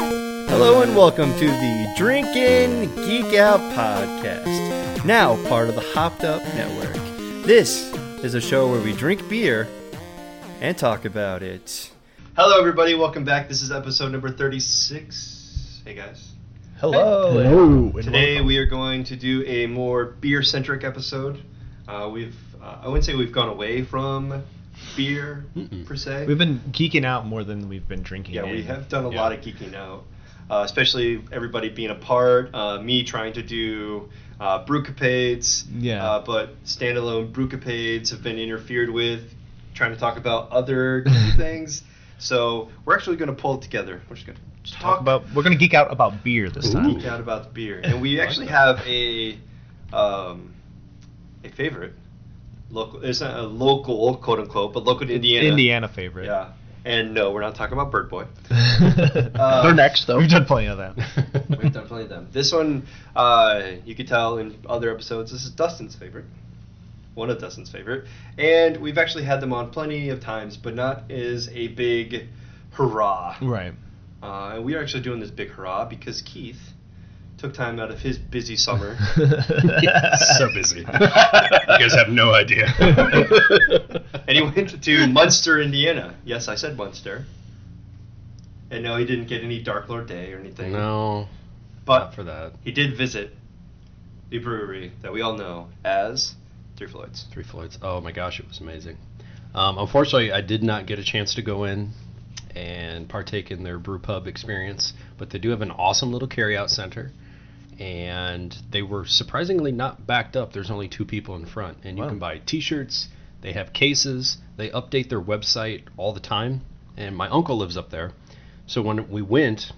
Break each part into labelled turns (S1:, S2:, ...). S1: Hello and welcome to the Drinkin' Geek Out podcast, now part of the Hopped Up Network. This is a show where we drink beer and talk about it. Hello, everybody. Welcome back. This is episode number 36. Hey, guys.
S2: Hello.
S3: Hello.
S1: Today we are going to do a more beer-centric episode. Uh, we've, uh, I wouldn't say we've gone away from beer per se.
S2: We've been geeking out more than we've been drinking.
S1: Yeah, we
S2: in.
S1: have done a
S2: Yeah.
S1: lot of geeking out, uh, especially everybody being apart. Uh, me trying to do uh, brewcapades,
S2: Yeah.
S1: uh, but standalone brewcapades have been interfered with. Trying to talk about other things, so we're actually going to pull it together. We're just going to
S2: talk, about. We're gonna geek out about beer this time.
S1: geek out about the beer, and we
S2: I like
S1: actually
S2: that.
S1: have a um, a favorite. Local, it's not a local quote unquote, but local to Indiana.
S2: Indiana favorite.
S1: Yeah, and no, we're not talking about Bird Boy.
S2: Uh,
S1: They're
S3: next, though.
S2: We've done plenty of that.
S1: We've done plenty of them. This one, uh, you could tell in other episodes, this is Dustin's favorite. One of Dustin's favorite. And we've actually had them on plenty of times, but not as a big hurrah.
S2: right.
S1: Uh, and we are actually doing this big hurrah because Keith took time out of his busy summer.
S3: so busy. You guys have no idea.
S1: and he went to Munster, Indiana. Yes, I said Munster. And no, he didn't get any Dark Lord Day or anything.
S3: No,
S1: But
S3: not for that.
S1: He did visit the brewery that we all know as Three Floyds.
S3: Three Floyds. Oh my gosh, it was amazing. Um, unfortunately, I did not get a chance to go in and partake in their brew pub experience, but they do have an awesome little carryout center. And they were surprisingly not backed up. There's only two people in front, and you
S2: Wow.
S3: can buy T-shirts. They have cases. They update their website all the time. And my uncle lives up there, so when we went,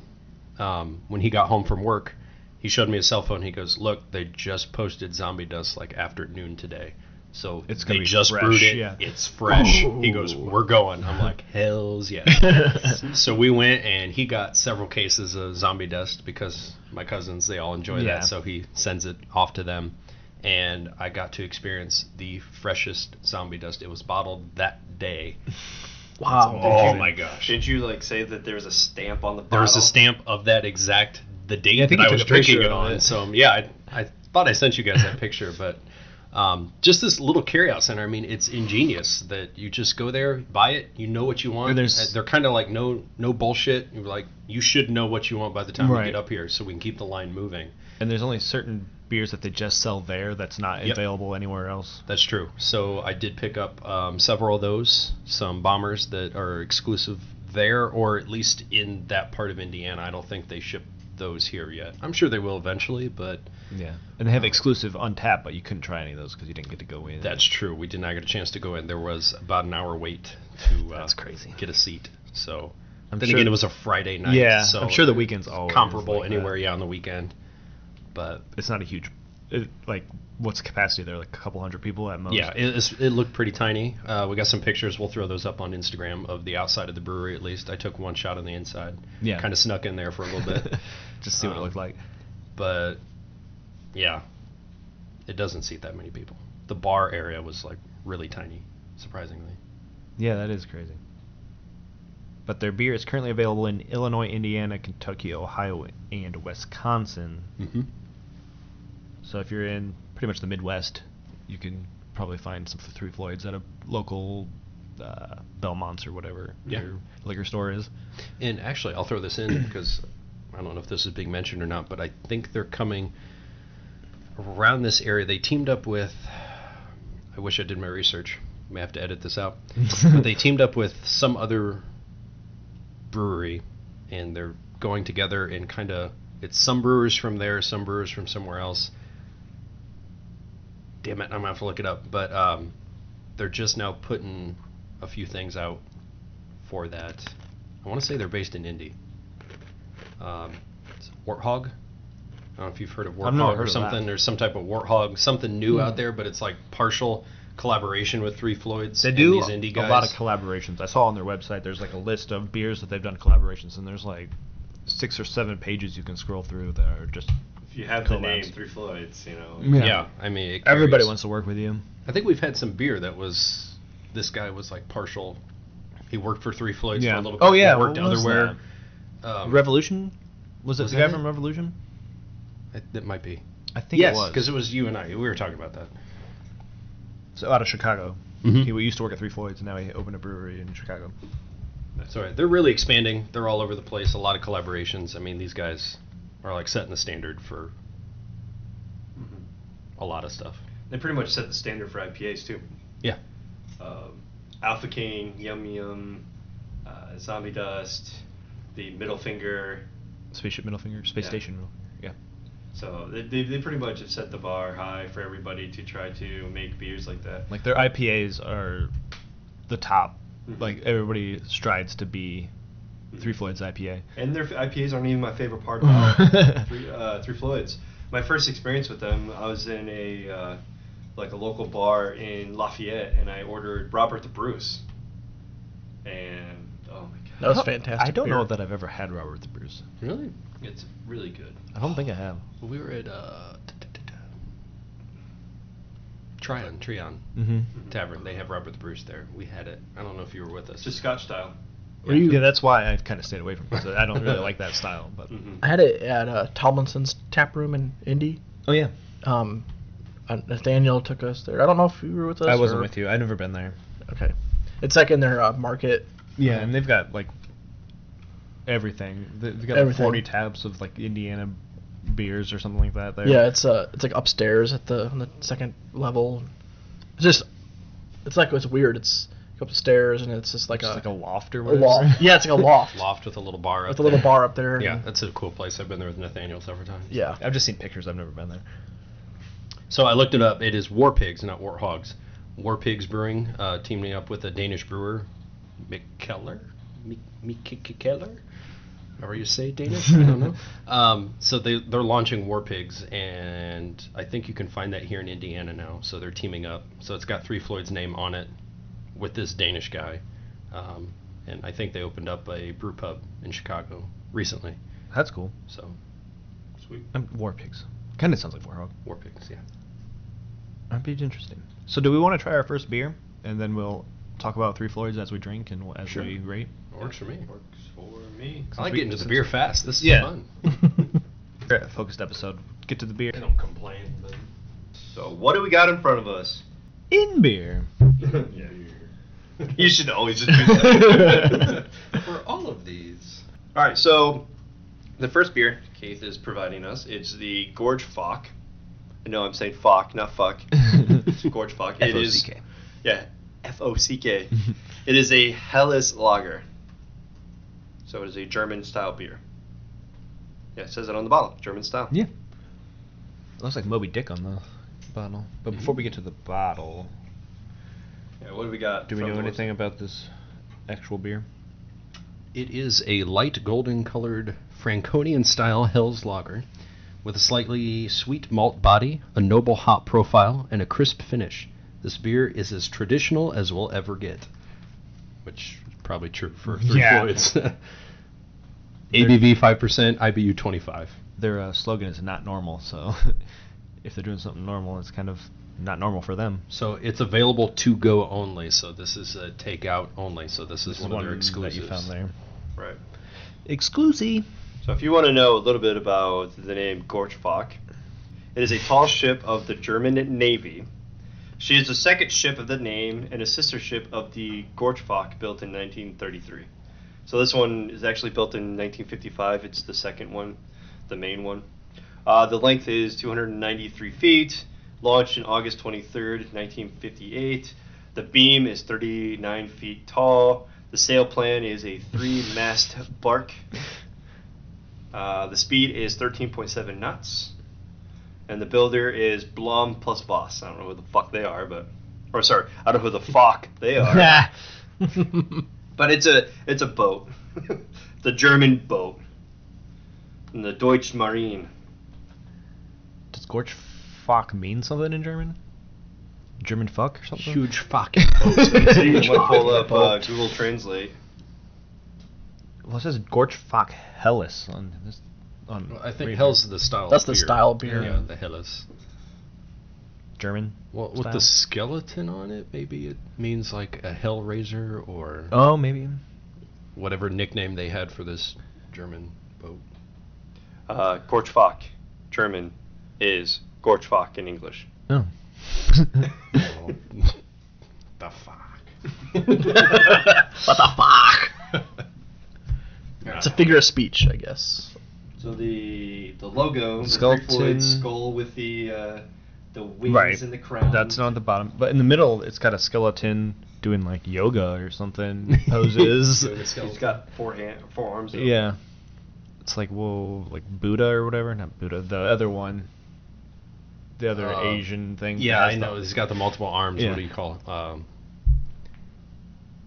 S3: um, when he got home from work, he showed me his cell phone. He goes, "Look, they just posted Zombie Dust like after noon today, so
S2: It's gonna
S3: they
S2: be
S3: just
S2: fresh,
S3: brewed it.
S2: yeah.
S3: It's fresh." He
S2: Ooh.
S3: goes, "We're going." I'm like, "Hell's yeah!" so we went, and he got several cases of Zombie Dust because my cousins they all enjoy
S2: Yeah.
S3: that, so he sends it off to them. And I got to experience the freshest zombie dust. It was bottled that day.
S2: Wow.
S3: Oh my gosh!
S1: Didn't you like say that there's a stamp on the bottle?
S3: There was a stamp of that exact the date
S2: I think
S3: that
S2: you
S3: I was
S2: took a picture
S3: drinking it
S2: of
S3: on.
S2: it.
S3: So um, yeah, I, I thought I sent you guys that picture, but um, just this little carryout center. I mean, it's ingenious that you just go there, buy it, you know what you want.
S2: And there's-
S3: Uh, They're kind of like no no bullshit. You're like you should know what you want by the time
S2: Right.
S3: we get up here, so we can keep the line moving.
S2: And there's only certain beers that they just sell there that's not
S3: Yep.
S2: available anywhere else.
S3: That's true. So I did pick up um, several of those, some bombers that are exclusive there, or at least in that part of Indiana. I don't think they ship those here yet. I'm sure they will eventually, but
S2: Yeah. And they have exclusive on tap, but you couldn't try any of those because you didn't get to go in.
S3: that's true. We did not get a chance to go in. There was about an hour wait to uh,
S2: That's crazy.
S3: get a seat. So
S2: I'm
S3: then
S2: sure-
S3: again, it was a Friday night.
S2: Yeah.
S3: so
S2: I'm sure the weekend's always
S3: comparable
S2: like that.
S3: anywhere. Yeah, on the weekend. But
S2: It's not a huge. It, like, what's the capacity there? Like a couple hundred people at most.
S3: Yeah, it, it's- it looked pretty tiny. Uh, we got some pictures. We'll throw those up on Instagram of the outside of the brewery at least. I took one shot on the inside.
S2: Yeah.
S3: Kind of snuck in there for a little bit.
S2: Just see what it
S3: Um,
S2: looked like.
S3: but yeah, it doesn't seat that many people. The bar area was like really tiny, surprisingly.
S2: Yeah, that is crazy. But their beer is currently available in Illinois, Indiana, Kentucky, Ohio, and Wisconsin.
S3: Mm-hmm.
S2: So if you're in pretty much the Midwest, you can probably find some Three Floyds at a local uh, Belmont's or whatever
S3: Yeah.
S2: your liquor store is.
S3: And actually, I'll throw this in because I don't know if this is being mentioned or not, but I think they're coming around this area. They teamed up with. I wish I did my research. May have to edit this out. but they teamed up with some other brewery, and they're going together and kind of. It's some brewers from there, some brewers from somewhere else. Damn it, I'm gonna have to look it up. But um, they're just now putting a few things out for that. I want to say they're based in Indy. Um, it's Warthog. I don't know if you've heard of
S2: I've never
S3: Warthog
S2: heard
S3: or
S2: of that. Hmm.
S3: something. There's some type of Warthog, something new out there, but it's like partial collaboration with Three Floyds.
S2: They
S3: and
S2: do
S3: these indie
S2: a
S3: guys.
S2: lot of collaborations. I saw on their website there's like a list of beers that they've done collaborations, and there's like six or seven pages you can scroll through that are just
S1: If you have the name
S2: Collabs.
S1: Three Floyds, you know.
S2: Yeah.
S3: Yeah. I mean, it
S2: everybody
S3: carries.
S2: wants to work with you.
S3: I think we've had some beer that was this guy was like partial. He worked for Three Floyds for a little bit.
S2: Oh yeah.
S3: He worked
S2: what was
S3: elsewhere.
S2: that?
S3: Um,
S2: Revolution. Was it
S3: Was
S2: the
S3: that
S2: guy
S3: it?
S2: from Revolution?
S3: I, that might be.
S2: I think
S3: yes,
S2: it was.
S3: because it was you and I. We were talking about that.
S2: so out of Chicago.
S3: Mhm.
S2: He used to work at Three Floyds, and now he opened a brewery in Chicago.
S3: That's all right. They're really expanding. They're all over the place. A lot of collaborations. I mean, these guys are like setting the standard for a lot of stuff.
S1: Mm-hmm. They pretty much set the standard for IPAs too.
S3: Yeah.
S1: Um, Alpha Cane, Yum Yum, uh, Zombie Dust, the Middle Finger.
S2: Spaceship Middle Finger, Space
S1: Yeah.
S2: Station Middle. Yeah.
S1: So they, they, they pretty much have set the bar high for everybody to try to make beers like that.
S2: Like their IPAs are the top.
S1: Mhm.
S2: Like everybody strives to be Three Floyds IPA.
S1: And their IPAs aren't even my favorite part about three, uh, three Floyds. My first experience with them, I was in a uh, like a local bar in Lafayette, and I ordered Robert the Bruce. And oh my
S4: That
S1: god,
S4: was fantastic
S2: I don't
S4: beer.
S2: know that I've ever had Robert the Bruce.
S3: Really?
S1: it's really good.
S2: I don't think I have.
S3: We were at uh, t- t- t- t- Tryon, Tryon
S2: Mm-hmm.
S3: Tavern. They have Robert the Bruce there. We had it. I don't know if you were with us.
S1: It's just Scotch style.
S2: Yeah. that's why I've kind of stayed away from it. So I don't really like that style. But
S1: Mhm.
S4: I had it at uh, Tomlinson's tap room in Indy.
S2: oh yeah,
S4: Um, uh, Nathaniel took us there. I don't know if you were with us.
S2: I wasn't
S4: or-
S2: with you. I've never been there.
S4: Okay, it's like in their uh, market.
S2: Yeah, and they've got like everything. They- They've got like,
S4: Everything.
S2: forty tabs of like Indiana beers or something like that. There.
S4: Yeah, it's uh, it's like upstairs at the on the second level. It's just, it's like it's weird. It's you go up the stairs and it's just like
S2: Just
S4: a,
S2: like a loft or
S4: a
S2: whatever.
S4: loft. Yeah, it's like a loft
S3: loft with a little bar. up
S4: with a little
S3: there.
S4: bar up there. and-
S3: Yeah, that's a cool place. I've been there with Nathaniel several times.
S4: yeah.
S2: I've just seen pictures. I've never been there.
S3: So I looked it up. It is War Pigs, not Warthogs. War Pigs Brewing, uh, teaming up with a Danish brewer, Mikkeller? Mik- Mikkeller? However you say Danish, I don't know. Um, so they, they're launching War Pigs, and I think you can find that here in Indiana now. So they're teaming up. So it's got Three Floyd's name on it with this Danish guy. Um, and I think they opened up a brew pub in Chicago recently.
S2: That's cool.
S3: So
S1: Sweet.
S2: Um, war pigs. Kind of sounds like warhog.
S3: War Pigs, yeah.
S2: That'd be interesting. So do we want to try our first beer, and then we'll talk about Three Floyds as we drink and as
S3: Sure.
S2: we rate?
S3: Works for me.
S1: Works for me.
S3: I like
S2: we-
S3: getting to the
S2: since
S3: beer
S2: we-
S3: fast. This is
S2: Yeah.
S3: fun.
S2: Alright, Focused episode. Get to the beer.
S3: I don't complain, but
S1: So what do we got in front of us?
S2: In beer.
S1: you should always just do that.
S3: for all of these,
S1: All right, so the first beer Keith is providing us it's the Gorge Fock. No, I'm saying Fock, not Fuck. It's Gorge Fock. It is
S2: F.O.C.K..
S1: yeah, F O C K. It is a Helles Lager. So it is a German style beer. Yeah, it says it on the bottle, German style.
S2: Yeah. Looks like Moby Dick on the bottle. But before we get to the bottle,
S1: Yeah, what do we got?
S2: do we
S1: from
S2: know
S1: the-
S2: anything about this actual beer?
S3: it is a light golden colored Franconian style Hell's Lager with a slightly sweet malt body, a noble hop profile, and a crisp finish. This beer is as traditional as we'll ever get, which is probably true for three
S2: Yeah.
S3: Floyds. ABV 5%, IBU 25.
S2: Their uh, slogan is not normal, so if they're doing something normal, it's kind of not normal for them.
S3: So it's available to go only. So this is a takeout only. So this is
S2: This
S3: one, of their exclusives.
S2: That you found there.
S1: Right.
S2: Exclusive.
S1: So if you want to know a little bit about the name Gorchfock, it is a tall ship of the German Navy. She is the second ship of the name and a sister ship of the Gorchfock built in 1933. So this one is actually built in 1955. It's the second one, the main one. Uh, the length is 293 feet. Launched in August 23rd, 1958. The beam is 39 feet tall. The sail plan is a three-mast bark. Uh, the speed is 13.7 knots. And the builder is Blom plus Boss. I don't know who the fuck they are, but. Or sorry, I don't know who the fuck they are. but it's a it's a boat. it's a German boat. In the Deutsche Marine.
S2: Does Gorch fuck mean something in German? German fuck or something?
S3: Huge fucking
S1: I'm
S3: boat.
S1: gonna pull up uh, Google Translate.
S2: Well, it says Gorch fuck Hellas on this. On
S3: Well, I think
S2: Reaper.
S3: hell's the style.
S4: That's
S3: of
S4: the
S3: beer.
S4: style beer.
S3: Yeah, the hell is.
S2: German.
S3: Well, with
S2: Style.
S3: the skeleton on it, maybe it means like a Hellraiser or
S2: Oh, maybe.
S3: whatever nickname they had for this German boat.
S1: Uh, Gorchfach, German, is Gorchfach in English.
S2: No.
S3: Oh, the fuck. what the fuck?
S4: It's a figure of speech, I guess.
S1: So the the logo,
S2: is Rick Skeleton. Floyd's
S1: skull
S2: skull
S1: with the uh, the wings
S2: Right.
S1: and the crown.
S2: That's not the bottom, but in the middle, it's got a skeleton doing like yoga or something poses.
S3: Yoga skeleton.
S1: He's got four hand, four arms. up.
S2: yeah, it's like whoa, like Buddha or whatever. Not Buddha, the other one, the other
S3: Uh,
S2: Asian thing.
S3: Yeah,
S2: that
S3: I
S2: has
S3: know.
S2: the-
S3: He's got the multiple arms.
S2: Yeah.
S3: What do you call it? Um,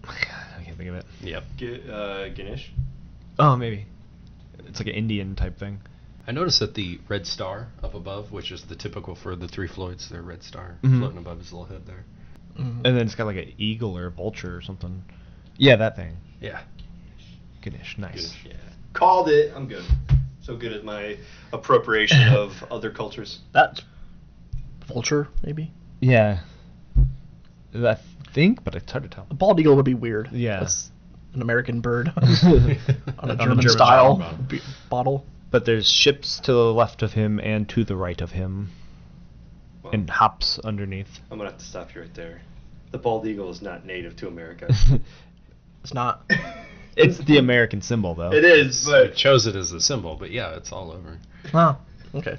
S2: I can't think of it.
S3: yep.
S1: G- uh, Ganesh.
S2: Oh, maybe it's like an Indian type thing.
S3: I noticed that the red star up above, which is the typical for the three Floyds, their red star
S2: Mhm.
S3: floating above his little head there.
S4: Mhm.
S2: And then it's got like an eagle or a vulture or something. Yeah, that thing.
S3: Yeah.
S2: Ganesh, nice.
S3: Ganesh.
S1: Yeah. Called it. I'm good. So good at my appropriation of other cultures.
S4: That vulture, maybe.
S2: Yeah, I think, but it's hard to tell.
S4: A bald eagle would be weird.
S2: Yeah.
S4: That's an American bird on a
S2: a
S4: German,
S2: German
S4: style
S2: style
S4: b- bottle.
S2: But there's ships to the left of him and to the right of him,
S1: Well,
S2: and hops underneath.
S1: I'm gonna have to stop you right there. The bald eagle is not native to America.
S4: It's not.
S2: it's the American symbol, though.
S1: it is,
S3: I
S1: but
S3: chose it as the symbol, but yeah, it's all over.
S4: Oh, okay.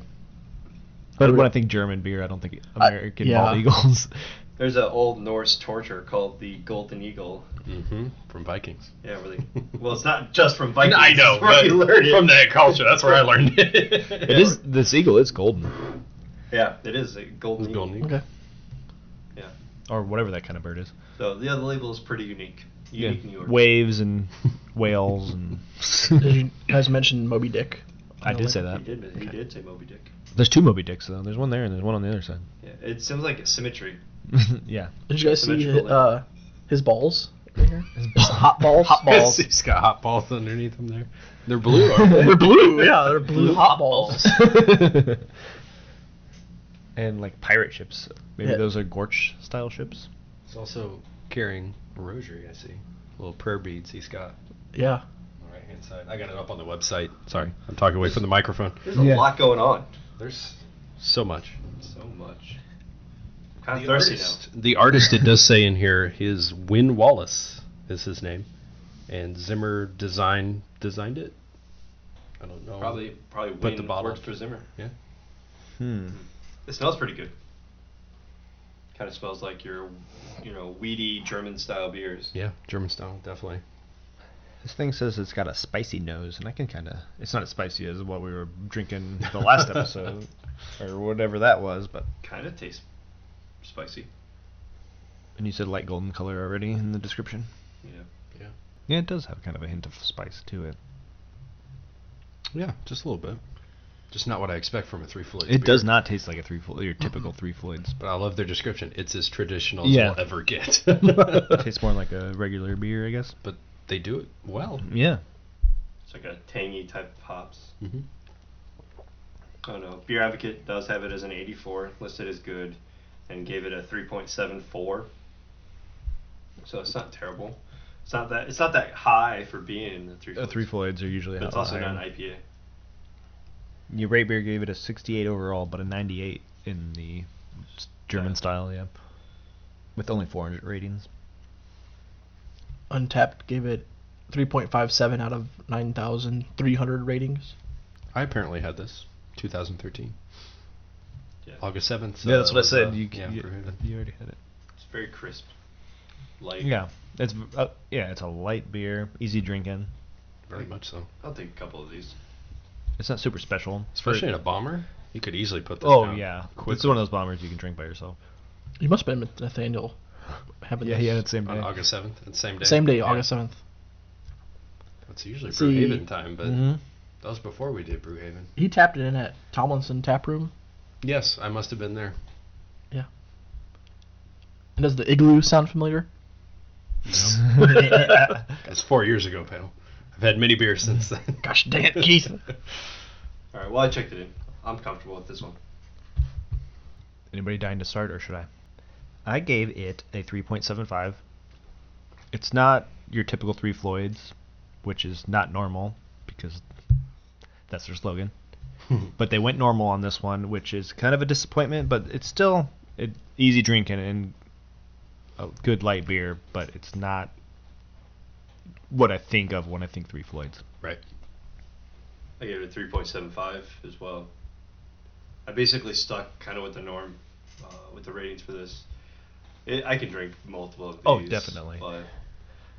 S2: But Uh, when I think German beer, I don't think American
S4: yeah.
S2: bald eagles.
S1: there's an old Norse torture called the golden eagle.
S3: hmm From Vikings.
S1: Yeah, really. Well, it's not just from Vikings.
S3: I know,
S1: it's where
S3: but
S1: you learn it.
S3: from that culture, that's where I learned it.
S2: It is this eagle is golden,
S1: Yeah, it is a golden eagle.
S3: Golden
S4: Okay.
S1: Yeah.
S2: or whatever that kind of bird is.
S1: So the other label is pretty unique. Unique New York.
S2: Waves and whales and.
S4: Did you guys mention Moby Dick?
S2: I did say that.
S1: He did. He did say Moby Dick.
S2: There's two Moby Dicks though. There's one there and there's one on the other side.
S1: Yeah, it seems like it's symmetry.
S2: yeah.
S4: Did you guys see
S1: Symmetrical.
S4: uh, his balls? Just hot balls. Hot balls.
S3: He's got hot balls underneath him there. They're blue, aren't they?
S4: they're blue. Yeah, they're blue, hot balls.
S2: and like pirate ships. Maybe
S4: Yeah.
S2: those are Gorch style ships.
S3: He's also carrying a rosary, I see. Little prayer beads he's got on
S4: yeah.
S3: the right hand side. I got it up on the website. Sorry, I'm talking away from the microphone.
S1: There's a
S2: Yeah.
S1: lot going on.
S3: There's so much.
S1: So much. I'm kind of
S3: The
S1: thirsty
S3: artist, the artist, it does say in here, is Win Wallace is his name, and Zimmer design designed it. I don't know.
S1: now. Probably, probably
S3: Put
S1: Wayne
S3: the bottle-
S1: works for Zimmer.
S2: Hmm.
S1: It smells pretty good. Kind of smells like your, you know, weedy German style beers.
S3: Yeah, German style, definitely.
S2: This thing says it's got a spicy nose, and I can kind of. It's not as spicy as what we were drinking the last episode, or whatever that was. But
S1: Kind of tastes spicy.
S2: and you said light golden color already in the description.
S1: Yeah.
S2: Yeah, it does have kind of a hint of spice to it.
S3: Yeah, just a little bit. Just not what I expect from a three Floyds.
S2: It
S3: beer.
S2: does not taste like a three Floyd, your typical three Floyds.
S3: But I love their description. It's as traditional as
S2: Yeah.
S3: we'll ever get.
S2: It tastes more like a regular beer, I guess.
S3: but they do it well.
S2: Yeah.
S1: It's like a tangy type of hops.
S3: Mm-hmm.
S1: I don't know. Beer Advocate does have it as an 84, listed as good, and gave it a 3.74. So it's not terrible. It's not that it's not that high for being a three.
S2: Uh, three Floyds are usually.
S1: But it's
S2: a lot
S1: also
S2: higher.
S1: not an IPA.
S2: Your rate beer gave it a 68 overall, but a 98 in the s- German
S1: Yeah.
S2: style, yeah. With only 400 ratings.
S4: Untapped gave it 3.57 out of 9,300 ratings.
S3: I apparently had this 2013.
S1: Yeah.
S3: August 7th. so
S2: yeah, that's what
S3: that
S2: I
S3: was,
S2: said.
S3: uh,
S2: you,
S3: yeah, prohibited.
S2: already had it.
S1: It's very crisp, light.
S2: Yeah, it's v- uh, yeah, it's a light beer, easy drinking.
S3: Very much so.
S1: I'll take a couple of these.
S2: It's not super special. for-
S3: Especially in a bomber. You could easily put this
S2: oh
S3: down
S2: yeah,
S3: quick
S2: it's one of those bombers you can drink by yourself.
S4: You must have been with Nathaniel having
S2: Yeah,
S4: this.
S2: he had it same
S3: on
S2: day.
S3: August 7th, the same day.
S4: Same day,
S3: Yeah.
S4: August 7th.
S3: That's usually
S4: See-
S3: Brewhaven time, but
S2: hmm
S3: that was before we did Brewhaven.
S4: He tapped it in at Tomlinson Tap Room.
S3: Yes, I must have been there.
S4: And does the igloo sound familiar?
S3: That's four years ago, pal. I've had many beers since then.
S4: Gosh dang it, Keith.
S1: All right. Well, I checked it in. I'm comfortable with this one.
S2: Anybody dying to start, or should I? I gave it a 3.75. It's not your typical Three Floyds, which is not normal because that's their slogan. but they went normal on this one, which is kind of a disappointment. But it's still it, easy drinking and a good light beer, but it's not what I think of when I think Three Floyds.
S3: Right.
S1: I gave it a three point seven five as well. I basically stuck kind of with the norm uh, with the ratings for this. It, I can drink multiple of these.
S2: Oh, definitely.
S1: But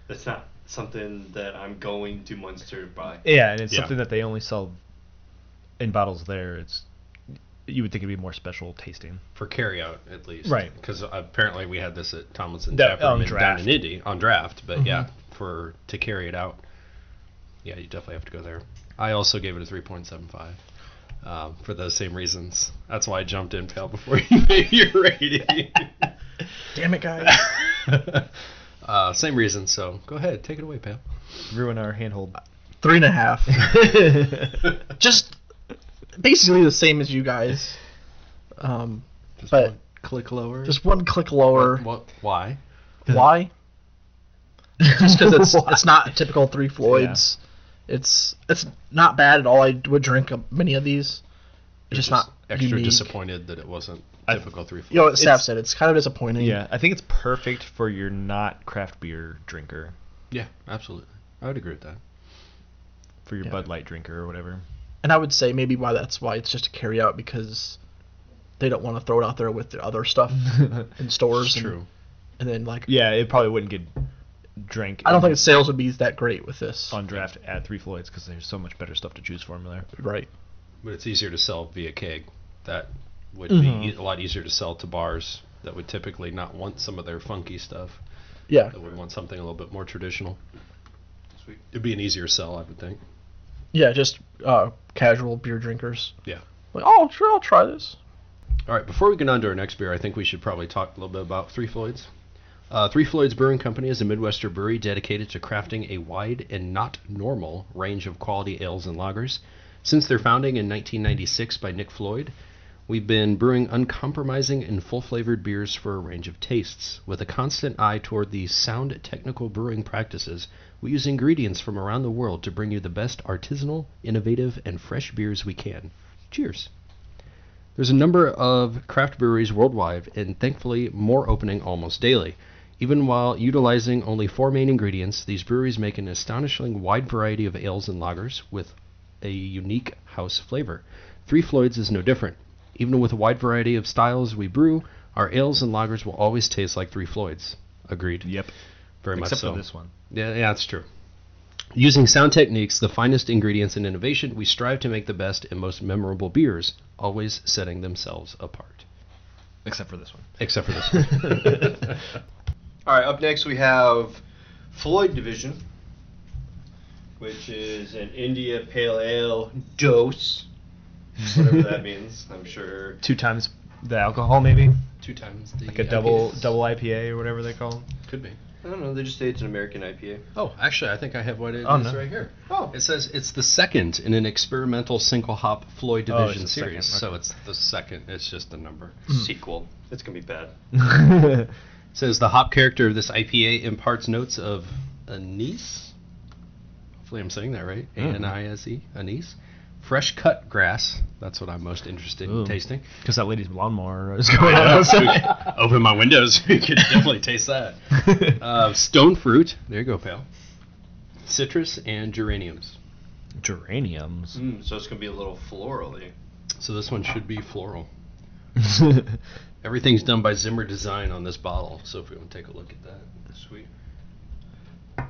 S1: that's not something that I'm going to Munster to buy.
S2: Yeah, and it's
S3: Yeah.
S2: something that they only sell in bottles there. It's you would think it'd be more special tasting.
S3: For carryout, at least.
S2: Right.
S3: Because apparently we had this at Tomlinson
S2: That-
S3: Tap
S2: on
S3: Room in- down
S2: draft.
S3: in Indy on draft. But
S4: Mm-hmm.
S3: yeah, for to carry it out, yeah, you definitely have to go there. I also gave it a 3.75 um, for those same reasons. That's why I jumped in pale before you made your rating.
S4: Damn it, guys.
S3: uh, same reason. So go ahead, take it away, pale.
S2: Ruin our handhold.
S4: Three and a half. Just basically the same as you guys. Um,
S3: Just
S4: But-
S3: one click lower.
S4: just one click lower.
S3: what? Why?
S4: Why? Just because it's it's not typical Three Floyds. It's it's not bad at all. I would drink a, many of these. It's just, not
S3: extra
S4: unique.
S3: disappointed that it wasn't typical three.
S4: You know,
S3: floors.
S4: what Staff said it's kind of disappointing.
S2: Yeah, I think it's perfect for your not craft beer drinker,
S3: yeah, absolutely. I would agree with that.
S2: for your
S4: Yeah.
S2: Bud Light drinker or whatever.
S4: And I would say maybe why that's why it's just a carry out because they don't want to throw it out there with the other stuff in stores.
S3: It's
S4: and-
S3: true.
S4: And, then like
S2: Yeah, it probably wouldn't get drank.
S4: I don't think
S2: in-
S4: its sales would be that great with this.
S2: on draft at Three Floyds because there's so much better stuff to choose from there.
S4: Right.
S3: But it's easier to sell via keg. That would be e- a lot easier to sell to bars that would typically not want some of their funky stuff.
S4: Yeah.
S3: That would want something a little bit more traditional.
S1: Sweet.
S3: It'd be an easier sell, I would think.
S4: Yeah. Just uh, casual beer drinkers.
S3: Yeah.
S4: Like oh sure I'll try this.
S3: All right, before we get on to our next beer, I think we should probably talk a little bit about Three Floyds. Uh, Three Floyds Brewing Company is a Midwestern brewery dedicated to crafting a wide and not normal range of quality ales and lagers. Since their founding in 1996 by Nick Floyd, we've been brewing uncompromising and full flavored beers for a range of tastes. With a constant eye toward the sound technical brewing practices, we use ingredients from around the world to bring you the best artisanal, innovative, and fresh beers we can. Cheers! There's a number of craft breweries worldwide, and thankfully, more opening almost daily. Even while utilizing only four main ingredients, these breweries make an astonishing wide variety of ales and lagers with a unique house flavor. Three Floyds is no different. Even with a wide variety of styles we brew, our ales and lagers will always taste like Three Floyds. Agreed.
S2: Yep.
S3: Very much
S2: Except
S3: so.
S2: for this one.
S3: Yeah, yeah, that's true. Using sound techniques, the finest ingredients and innovation, we strive to make the best and most memorable beers, always setting themselves apart.
S2: Except for this one.
S3: Except for this one.
S1: All right, up next we have Floyd Division, which is an India Pale Ale dose, whatever that means. I'm sure
S2: Two times the alcohol, maybe
S3: Two times the
S2: like a double
S3: IPAs.
S2: double IPA or whatever they call. 'em.
S3: Could be.
S1: I don't know. They just say it's an American IPA.
S3: Oh, actually, I think I have what it is
S2: Oh, no.
S3: right here.
S1: Oh.
S3: It says it's the second in an experimental single hop Floyd
S2: Oh, it's
S3: Division
S2: the second,
S3: series.
S2: okay. Hmm.
S3: So it's the second. It's just the number.
S1: Sequel. It's gonna be bad.
S3: says the hop character of this IPA imparts notes of anise. Hopefully, I'm saying that right.
S2: Mm-hmm.
S3: A N I S E, anise. Fresh cut grass. That's what I'm most interested in
S2: Ooh.
S3: tasting.
S2: Because that lady's lawnmower is going on outside.
S3: Open my windows. You can definitely taste that. Uh, stone fruit. There you go, pal. Citrus and geraniums.
S2: Geraniums.
S1: Mm, so it's gonna be a little florally.
S3: So this one should be floral. Everything's done by Zimmer Design on this bottle. So if we want to take a look at that.
S1: Sweet.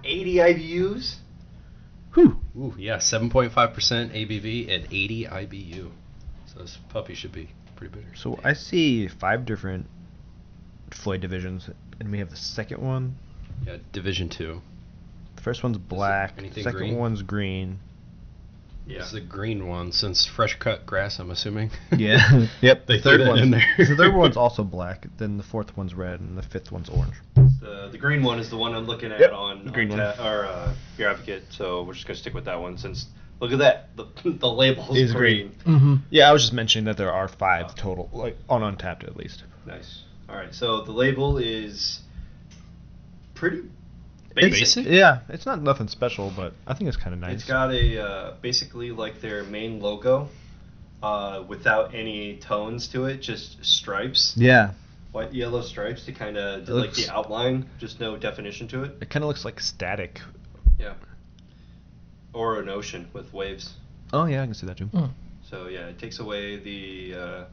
S1: 80 IBUs.
S2: Whew.
S3: Ooh, yeah, 7.5% ABV and 80 IBU. So this puppy should be pretty bitter.
S2: So I see five different Floyd divisions, and we have the second one.
S3: Yeah, Division 2.
S2: The first one's black.
S3: anything
S2: second
S3: green?
S2: one's green.
S1: Yeah.
S3: This is the green one since fresh cut grass, I'm assuming.
S2: Yeah. yep.
S3: They threw that
S2: one's
S3: in there.
S2: the third one's also black. Then the fourth one's red, and the fifth one's orange.
S1: The, the green one is the one I'm looking at on,
S2: the green
S1: on
S2: one.
S1: ta- our uh, Beer Advocate, so we're just gonna stick with that one since look at that the, the label
S2: Is
S1: is
S2: green.
S1: green.
S4: Mm-hmm.
S2: Yeah, I was just mentioning that there are five total, like on untapped at least.
S1: Nice. All right, so the label is pretty
S2: It's-
S1: basic.
S3: Basic?
S2: Yeah, it's not nothing special, but I think it's kind of nice.
S1: It's got a uh, basically like their main logo uh, without any tones to it, just stripes,
S2: Yeah,
S1: white yellow stripes to kind of
S2: It
S1: like
S2: looks-
S1: the outline, just no definition to it.
S2: it kind of looks like static.
S1: Yeah. Or an ocean with waves.
S2: Oh yeah, I can see that too.
S4: Mm.
S1: So yeah, it takes away the uh,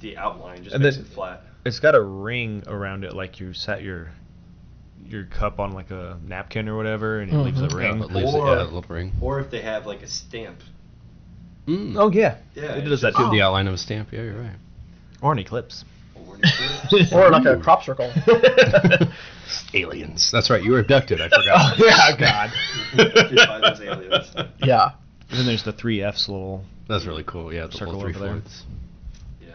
S1: the outline, just
S2: And
S1: makes
S2: then-
S1: it flat.
S2: It's got a ring around it, like you set your your cup on like a napkin or whatever, and it leaves a
S4: Mhm.
S2: ring.
S3: Yeah, it leaves
S1: Or-
S3: it, yeah, a little ring.
S1: Or if they have like a stamp.
S3: Mm.
S2: Oh yeah,
S1: Yeah,
S2: it
S1: it's
S2: does that
S1: just-
S2: too.
S3: The outline of a stamp. Yeah, you're right.
S2: Or an eclipse.
S1: or an
S4: or like a crop circle.
S3: Aliens. That's right. You were abducted. I forgot.
S2: Oh, yeah, God.
S1: Abducted by those aliens.
S4: yeah.
S2: And then there's the three F's little.
S3: That's really cool. Yeah, the
S2: Circle
S3: little three
S2: over there.
S3: fourths.
S1: Yeah.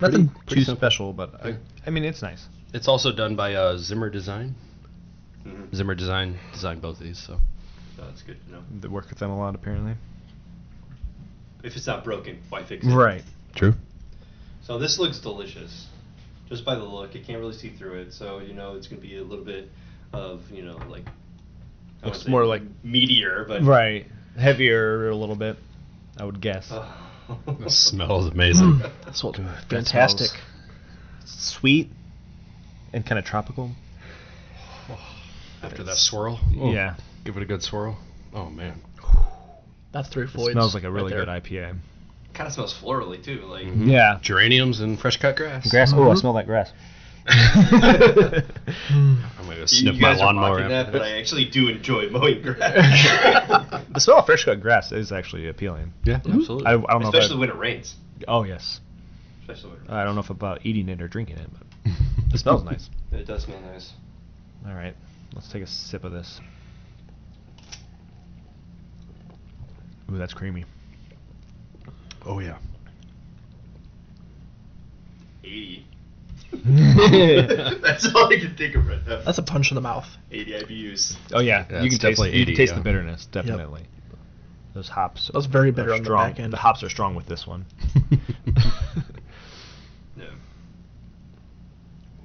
S4: Nothing
S2: Too
S3: Pretty simple.
S2: special, but I,
S3: Yeah.
S2: I mean it's nice.
S3: It's also done by uh, Zimmer Design.
S1: Mhm.
S3: Zimmer Design designed both of these. So
S1: So that's good to know.
S2: They work with them a lot apparently.
S1: If it's not broken, why fix it?
S2: Right.
S3: true.
S1: So this looks delicious. Just by the look, you can't really see through it, so you know it's gonna be a little bit of you know like. I
S2: Looks
S1: wouldn't say
S2: more like-
S1: meteor, but
S2: Right. Heavier a little bit, I would guess.
S4: Uh.
S3: It smells
S2: Mm.
S3: amazing.
S4: That's what.
S2: That smells
S4: Fantastic.
S2: Sweet and kind of tropical.
S3: After that swirl.
S2: Yeah.
S3: Give it a good swirl. Oh man.
S4: That's three
S2: It
S4: Floyds.
S2: smells like a really
S4: right there.
S2: good IPA.
S1: kind of smells florally too. Like
S2: Yeah.
S3: Geraniums and fresh cut grass.
S2: Grass.
S4: Mm-hmm.
S2: Oh, I smell that grass.
S3: I'm gonna go
S1: you-
S3: snip
S1: you
S3: my
S1: guys are
S3: lawnmower.
S1: mocking that,
S3: after
S1: but
S3: this.
S1: I actually do enjoy mowing grass,
S2: The smell of fresh cut grass is actually appealing.
S3: yeah,
S4: Mm-hmm.
S3: absolutely.
S2: I, I don't know. if I-
S1: especially when it rains.
S2: oh yes.
S1: Especially when it,
S2: I don't know if about eating it or drinking it, but it smells nice.
S1: rains. it does smell nice.
S2: All right, let's take a sip of this. Ooh, that's creamy.
S3: oh yeah.
S1: Eighty.
S2: oh
S1: That's all I can think of right now.
S4: That's a punch in the mouth.
S1: Eighty IBUs.
S2: Oh, yeah,
S3: Yeah,
S2: you
S3: it's
S2: can taste.
S3: definitely
S2: You can
S3: 80,
S2: taste
S3: yeah.
S2: the bitterness, definitely. Those hops.
S4: That's very
S2: are
S4: bitter on the
S2: strong.
S4: back end.
S2: The hops are strong with this one.
S1: Yeah.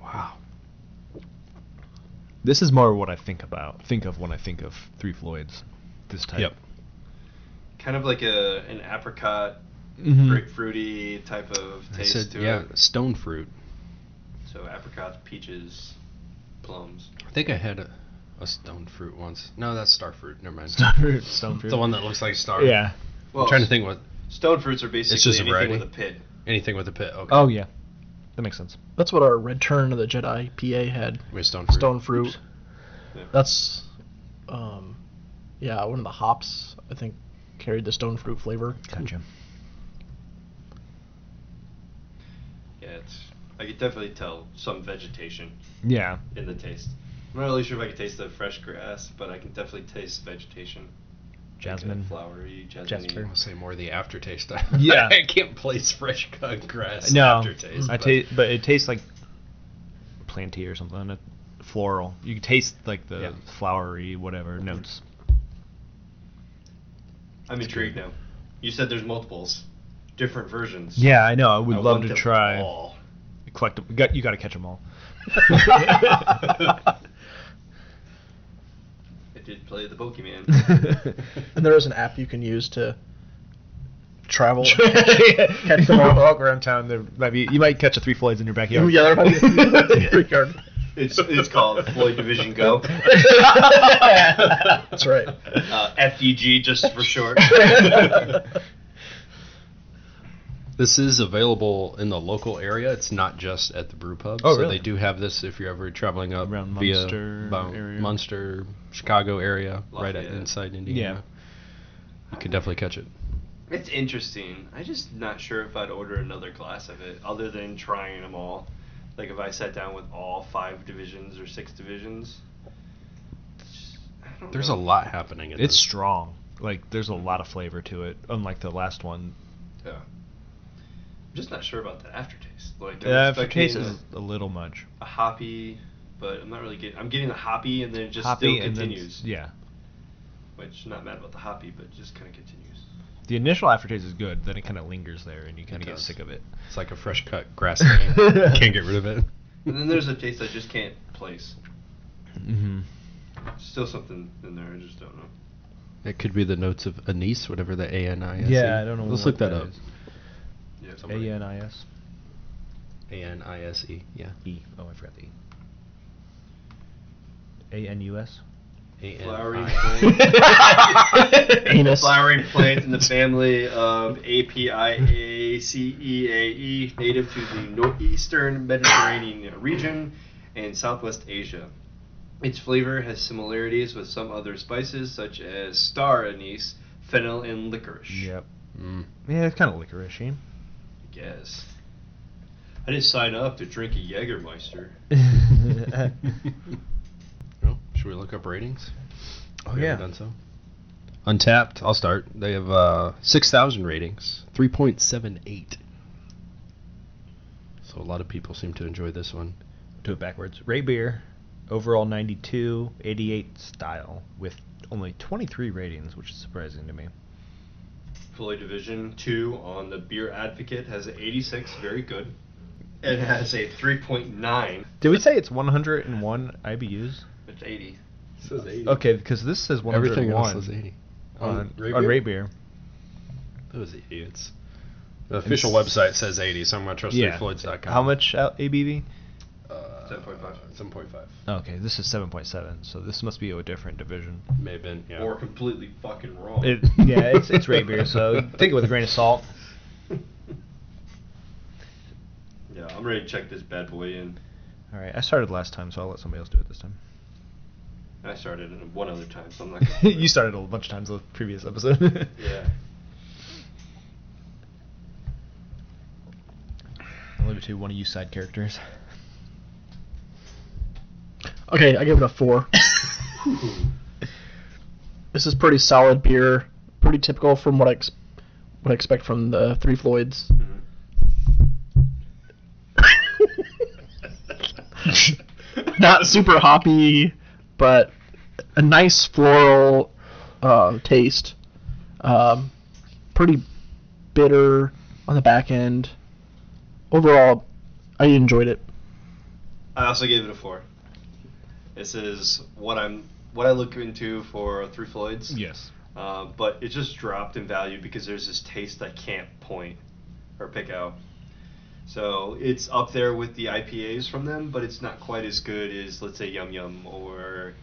S3: wow.
S2: This is more what I think about. Think of when I think of Three Floyds. This type.
S3: Yep.
S1: Kind of like a an apricot,
S4: Mm-hmm.
S2: Mhm.
S1: grapefruity type of
S3: Mm-hmm. I
S1: taste
S3: said
S1: to
S3: yeah,
S1: it.
S3: stone fruit.
S1: So apricots, peaches, plums.
S3: I think I had a, a stone fruit once. No, that's star fruit. Never mind.
S2: Stone fruit. Stone fruit.
S3: The one that looks like star.
S2: Yeah.
S1: Well,
S3: I'm trying to think what
S1: Stone fruits are basically
S3: just a
S1: anything
S3: variety.
S1: with a pit.
S3: anything with a pit. Okay.
S2: Oh yeah. That makes sense.
S4: That's what our Return of the Jedi PA had.
S3: Wait, stone fruit.
S4: Stone fruit.
S3: Oops.
S4: That's, um, yeah, one of the hops I think carried the stone fruit flavor.
S2: Gotcha.
S1: Yeah, it's. I could definitely tell some vegetation
S2: Yeah.
S1: in the taste. I'm not really sure if I can taste the fresh grass, but I can definitely taste vegetation.
S2: Jasmine.
S1: Like a flowery,
S2: Jasper.
S1: jasmine.
S3: I'll say more of the aftertaste.
S2: Yeah.
S3: I can't place fresh cut grass
S2: no, Mm-hmm.
S3: aftertaste.
S2: I
S3: but-
S2: taste, but it tastes like planty or something, uh, floral. You can taste like the
S3: Yeah.
S2: flowery whatever notes.
S1: I'm intrigued now. You said there's multiples, different versions.
S2: Yeah, I know. I would
S1: I
S2: love
S1: want
S2: to
S1: them
S2: try
S1: all.
S2: collect. You got, you got to catch them all.
S1: I did play the Pokemon.
S4: And there is an app you can use to travel.
S2: catch
S4: them all.
S2: walk around town. There might be, you might catch a three flies in your backyard.
S4: yeah, there might be Ricard.
S1: it's, it's called Floyd Division Go.
S4: That's right.
S1: Uh, FDG, just for short.
S3: This is available in the local area. It's not just at the brew pub.
S2: Oh,
S3: so
S2: really?
S3: they do have this if you're ever traveling up
S2: Around
S3: via
S2: Munster
S3: about
S2: area?
S3: Munster, Chicago area, right at,
S1: Lafayette.
S3: inside Indiana. You could definitely catch it.
S1: It's interesting. I'm just not sure if I'd order another glass of it, other than trying them all. Like if I sat down with all five divisions or six divisions. it's- I don't
S3: There's a
S1: know.
S3: lot happening. At
S2: It's
S3: this.
S2: strong. Like there's a lot of flavor to it, unlike the last one.
S1: Yeah. I'm just not sure about the aftertaste. Like I'm
S2: The
S1: expecting
S2: aftertaste is a little much.
S1: a, a hoppy, but I'm not really getting. I'm getting the hoppy, and then it just
S2: Hoppy
S1: still
S2: and then-
S1: continues.
S2: yeah.
S1: Which not mad about the hoppy, but just kind of continues.
S2: The initial aftertaste is good, then it kind of lingers there, and you kind of get
S3: does.
S2: sick of it.
S3: It's like a fresh cut grass. Name. Can't get rid of it.
S1: And then there's a taste I just can't place.
S2: Mm-hmm.
S1: Still something in there I just don't know.
S3: It could be the notes of anise, whatever the A N I S. E.
S2: Yeah, I don't know
S3: Let's
S2: what
S3: look that,
S2: that
S3: up.
S2: is.
S3: at
S2: A uh,
S3: somebody.
S2: N I S
S3: A N I S E. Yeah.
S2: E. Oh, I forgot the E. A N U S.
S3: A N
S1: Flowering
S3: I. E.
S1: plant.
S4: Anus.
S1: Flowering plant in the family of Apiaceae, E native to the northeastern Mediterranean region and southwest Asia. Its flavor has similarities with some other spices such as star anise, fennel, and licorice.
S2: Yep.
S3: Mm.
S2: Yeah, it's kind of licoricey.
S1: I guess. I didn't sign up to drink a Jägermeister.
S3: Well, should we look up ratings?
S2: oh
S3: We haven't
S2: yeah.
S3: Done so. Untapped. I'll start. They have uh, six thousand ratings, three point seven eight. So a lot of people seem to enjoy this one.
S2: Do it backwards. Ray Beer, overall 92, 88 style with only 23 ratings, which is surprising to me.
S1: Fully Division 2 on the Beer Advocate has an 86, very good. It has a 3.9.
S2: Did we say it's 101 IBUs?
S1: It's 80.
S3: says eighty.
S2: Okay, because this says 101
S3: Everything else is eighty.
S2: on,
S3: Ray
S2: on
S3: Beer?
S2: Ray Beer.
S3: Those idiots. The official website says 80, so I'm going to trust yeah. Floyds.com.
S2: How much out ABV?
S3: Uh,
S1: 7.5.
S3: 7.5.
S2: Okay, this is 7.7, so this must be a different division.
S3: May have been, yeah.
S1: Or completely fucking wrong.
S2: It, yeah, it's, it's Ray Beer, so take it with a grain of salt.
S3: Oh,
S1: yeah, I'm ready to check this bad boy in.
S2: All right, I started last time, so I'll let somebody else do it this time.
S1: I started it one other time, so I'm not gonna do it.
S2: you started a bunch of times the previous episode.
S1: Yeah.
S2: I'll leave it to one of you side characters.
S4: Okay, I give it a four.
S2: Mm-hmm.
S4: this is pretty solid beer, pretty typical from what I ex- what I expect from the Three Floyds.
S1: Mhm.
S4: Not super hoppy, but a nice floral uh, taste. Um, pretty bitter on the back end. Overall, I enjoyed it.
S1: I also gave it a 4. This is what I'm what I look into for Three Floyds.
S2: Yes.
S1: Uh, but it just dropped in value because there's this taste I can't point or pick out. So it's up there with the IPAs from them, but it's not quite as good as let's say Yum Yum or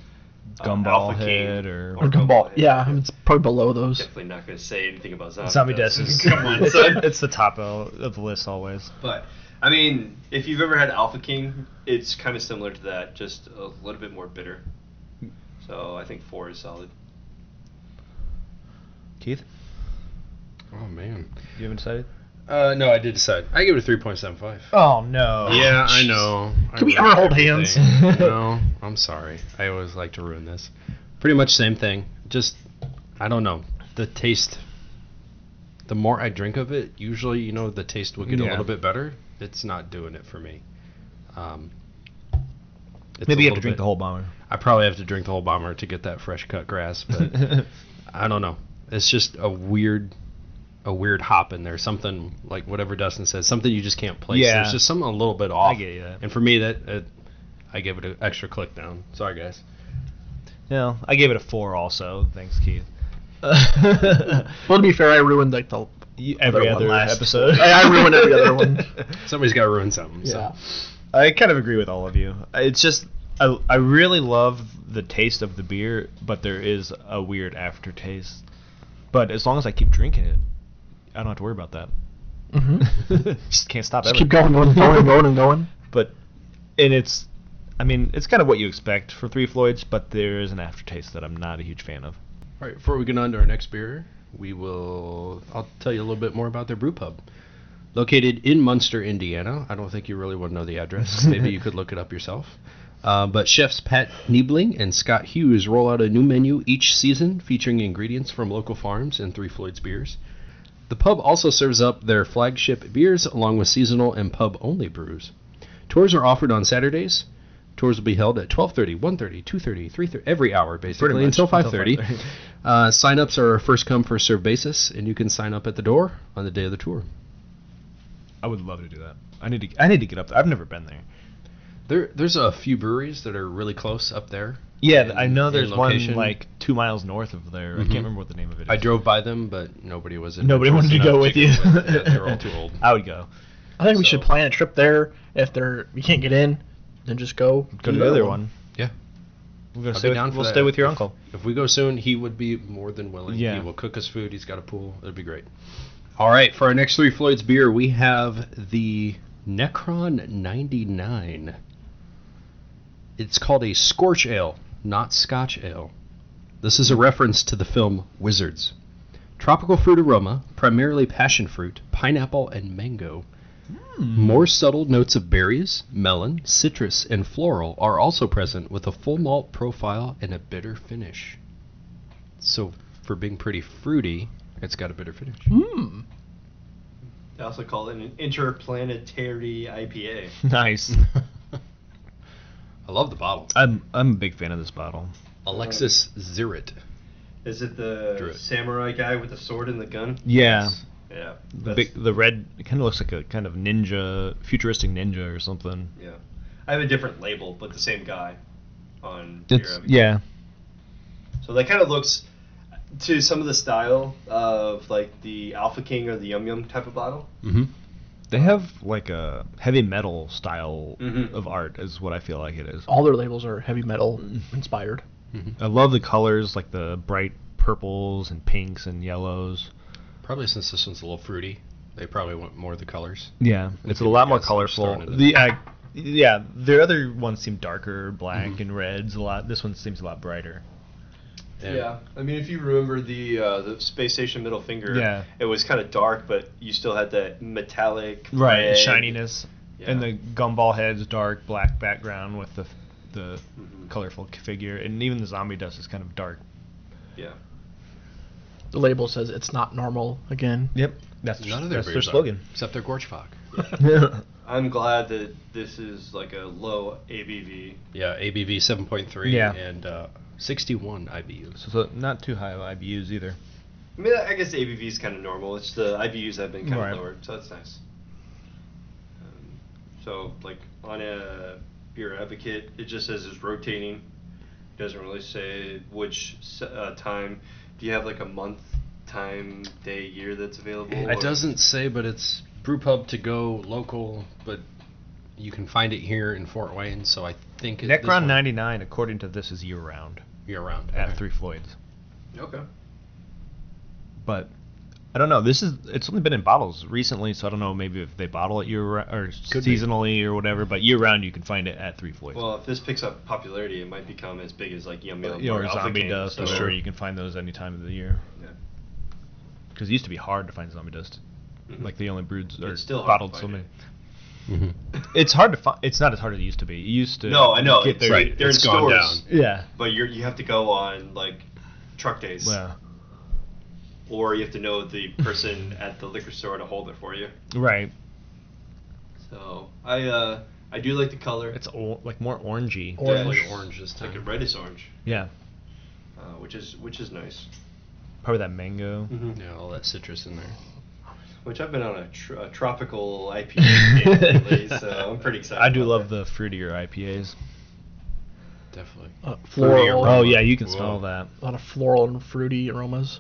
S1: uh,
S2: Gumball
S1: Alpha
S2: Head
S1: King
S2: or-
S4: Or Gumball. Yeah, it's probably below those.
S1: Definitely not going to say anything about Zombie,
S2: Zombie
S1: Dust.
S2: Death is
S1: Come on,
S2: it's,
S1: son.
S2: it's the top of of the list always.
S1: But I mean, if you've ever had Alpha King, it's kind of similar to that, just a little bit more bitter. So I think four is solid.
S2: Keith,
S3: Oh, man.
S2: you haven't decided?
S3: Uh, no, I did decide. I gave it a 3.75.
S2: Oh no.
S3: yeah, I know. I
S4: Can we
S3: ruined
S4: ever hold
S3: everything.
S2: hands?
S3: no, I'm sorry. I always like to ruin this. Pretty much same thing. Just, I don't know. The taste. The more I drink of it, usually, you know, the taste will get a
S2: Yeah.
S3: little bit better. It's not doing it for me. Um, it's
S2: Maybe
S3: a
S2: you have
S3: little
S2: to drink
S3: bit-
S2: the whole bomber.
S3: I probably have to drink the whole bomber to get that fresh cut grass, but I don't know. It's just a weird, a weird hop in there. Something like whatever Dustin says, something you just can't place.
S2: Yeah.
S3: There's just something a little bit off.
S2: get you that.
S3: And for me, that uh, I gave it an extra click down. Sorry, guys.
S2: no, I gave it a four also. Thanks, Keith.
S4: Well, to be fair, I ruined like the
S2: You- every
S4: one
S2: other
S4: last-
S2: episode.
S4: I- I ruined every other one.
S3: Somebody's got to ruin something.
S4: yeah.
S3: So.
S2: I kind of agree with all of you. It's just I, I really love the taste of the beer, but there is a weird aftertaste. But as long as I keep drinking it, I don't have to worry about that.
S4: Mhm.
S2: just can't stop.
S4: Just
S2: ever.
S4: keep going, going, going, going, and going.
S2: But and it's, I mean, it's kind of what you expect for Three Floyds, but there is an aftertaste that I'm not a huge fan of.
S3: All right. Before we get on to our next beer, we will. I'll tell you a little bit more about their brew pub. Located in Munster, Indiana. I don't think you really would know the address. Maybe you could look it up yourself. Uh, but chefs Pat Niebling and Scott Hughes roll out a new menu each season featuring ingredients from local farms and Three Floyds beers. The pub also serves up their flagship beers along with seasonal and pub only brews. Tours are offered on Saturdays. Tours will be held at 12:30, 1:30, 2:30, 3:30 every hour basically until 5:30. Uh, sign-ups are a first come first serve basis, and you can sign up at the door on the day of the tour.
S2: I would love to do that. I need to. I need to get up there. I've never been there.
S3: There, there's a few breweries that are really close up there.
S2: Yeah,
S3: in-
S2: I know
S3: in
S2: there's
S3: location.
S2: one like two miles north of there. Mm-hmm. I
S3: Mhm.
S2: can't remember what the name of it is.
S3: I drove by them, but nobody was.
S2: Nobody wanted to
S3: adventurous
S2: go
S3: enough
S2: with you.
S3: to go with- yeah, they were all too old.
S2: I would go.
S4: I think we
S3: So-
S4: should plan a trip there. If there you can't get in, then just go
S2: Go to the other one.
S3: Yeah.
S2: We'll, go
S3: I'd
S2: stay
S3: be
S2: with,
S3: down for
S2: we'll
S3: that.
S2: stay with your uncle.
S3: If we go soon, he would be more than willing.
S2: Yeah.
S3: He will cook us food. He's got a pool. It'd be great. All right, for our next three Floyd's beer, we have the Necron 99. It's called a Scorch Ale, not Scotch Ale. This is a reference to the film Wizards. Tropical fruit aroma, primarily passion fruit, pineapple, and mango.
S2: Hmm.
S3: More subtle notes of berries, melon, citrus, and floral are also present with a full malt profile and a bitter finish. So, for being pretty fruity, it's got a bitter finish.
S4: Hmm.
S1: They also call it an interplanetary IPA.
S2: Nice.
S3: I love the bottle.
S2: I'm I'm a big fan of this bottle.
S3: Alexis Zirit.
S1: Is it the
S3: Druid.
S1: samurai guy with the sword and the gun?
S2: Yeah.
S1: Yes. Yeah.
S2: The
S1: that's-
S2: big, the red it kind of looks like a kind of ninja, futuristic ninja or something.
S1: yeah. I have a different label, but the same guy on Beer
S2: It's
S1: Advocate.
S2: yeah.
S1: So that kind of looks to some of the style of like the Alpha King or the Yum Yum type of bottle.
S3: Mm-hmm.
S2: They have like a heavy metal style
S1: Mhm.
S2: of art is what I feel like it is.
S4: All their labels are heavy metal inspired.
S3: Mm-hmm.
S2: I love the colors like the bright purples and pinks and yellows.
S3: Probably since this one's a little fruity, they probably want more of the colors.
S2: Yeah, it's a
S3: you
S2: lot more
S3: guys are starting
S2: colorful.
S3: to-
S2: The uh, yeah, the other ones seem darker, black
S3: Mm-hmm.
S2: and reds a lot. This one seems a lot brighter.
S1: Yeah. I mean, if you remember the uh, the space station middle finger,
S2: Yeah.
S1: it was kind of dark, but you still had that metallic,
S2: Right,
S1: red-
S2: shininess, and
S1: Yeah.
S2: the gumball head's dark black background with the the
S1: Mm-hmm.
S2: colorful figure, and even the zombie dust is kind of dark.
S1: Yeah,
S4: The label says it's not normal again.
S2: Yep, that's
S3: None of their
S2: that's
S3: beers
S2: their
S3: are,
S2: slogan.
S3: except their Gorchfog.
S1: I'm glad that this is like a low ABV.
S3: Yeah, ABV 7.3
S2: Yeah.
S3: and uh, 61 IBUs.
S2: so, so not too high of IBUs either.
S1: I mean, I guess the ABV is kind of normal. It's the IBUs have been kind
S2: Right.
S1: of lowered, so that's nice. Um, so, like on a beer advocate, it just says it's rotating. It doesn't really say which s- uh, time. Do you have like a month, time, day, year that's available?
S3: It doesn't say, but it's Brewpub to go local, but you can find it here in Fort Wayne. So I think it, this
S2: Necron
S3: one-
S2: 99, according to this, is year round
S3: year round.
S2: at
S3: Okay.
S2: Three Floyds.
S1: Okay.
S2: but I don't know. This is it's only been in bottles recently, so I don't know. Maybe if they bottle it year rou- or
S3: Could be.
S2: seasonally or whatever, but year round you can find it at Three Floyds.
S1: Well, if this picks up popularity, it might become as big as like Yum Yum
S2: You know, or
S1: Alpha
S2: zombie
S1: King,
S2: dust,
S1: so-
S2: or whatever. You can find those any time of the year.
S1: Yeah.
S2: Because it used to be hard to find zombie dust.
S1: Mhm.
S2: Like they only brewed or
S1: It's still hard to
S2: bottled so
S1: find
S2: many.
S1: it.
S3: Mhm.
S2: It's hard to find. It's not as hard as it used to be. It used to.
S1: No, I know.
S2: Get
S1: It's,
S2: there.
S1: right. They're
S3: it's
S1: in
S3: gone
S1: stores,
S3: down.
S2: Yeah.
S1: but you're you have to go on like truck days.
S2: Well,
S1: or you have to know the person at the liquor store to hold it for you.
S2: right.
S1: So I uh, I do like the color.
S2: It's o- like more orangey.
S4: Or- Orange.
S3: Definitely orange this
S1: It's like a
S3: time.
S1: reddish orange,
S2: yeah.
S1: uh, which is which is nice.
S2: Probably that mango.
S3: Yeah, all that citrus in there.
S1: Which I've been on a, tr- a tropical IPA kick lately, so I'm pretty excited.
S2: I do
S1: about
S2: love
S1: that.
S2: the fruitier IPAs.
S3: Definitely.
S4: Uh,
S3: Fruity
S4: floral.
S2: Oh yeah, you can
S3: Whoa.
S2: smell that.
S4: A lot of floral and fruity aromas.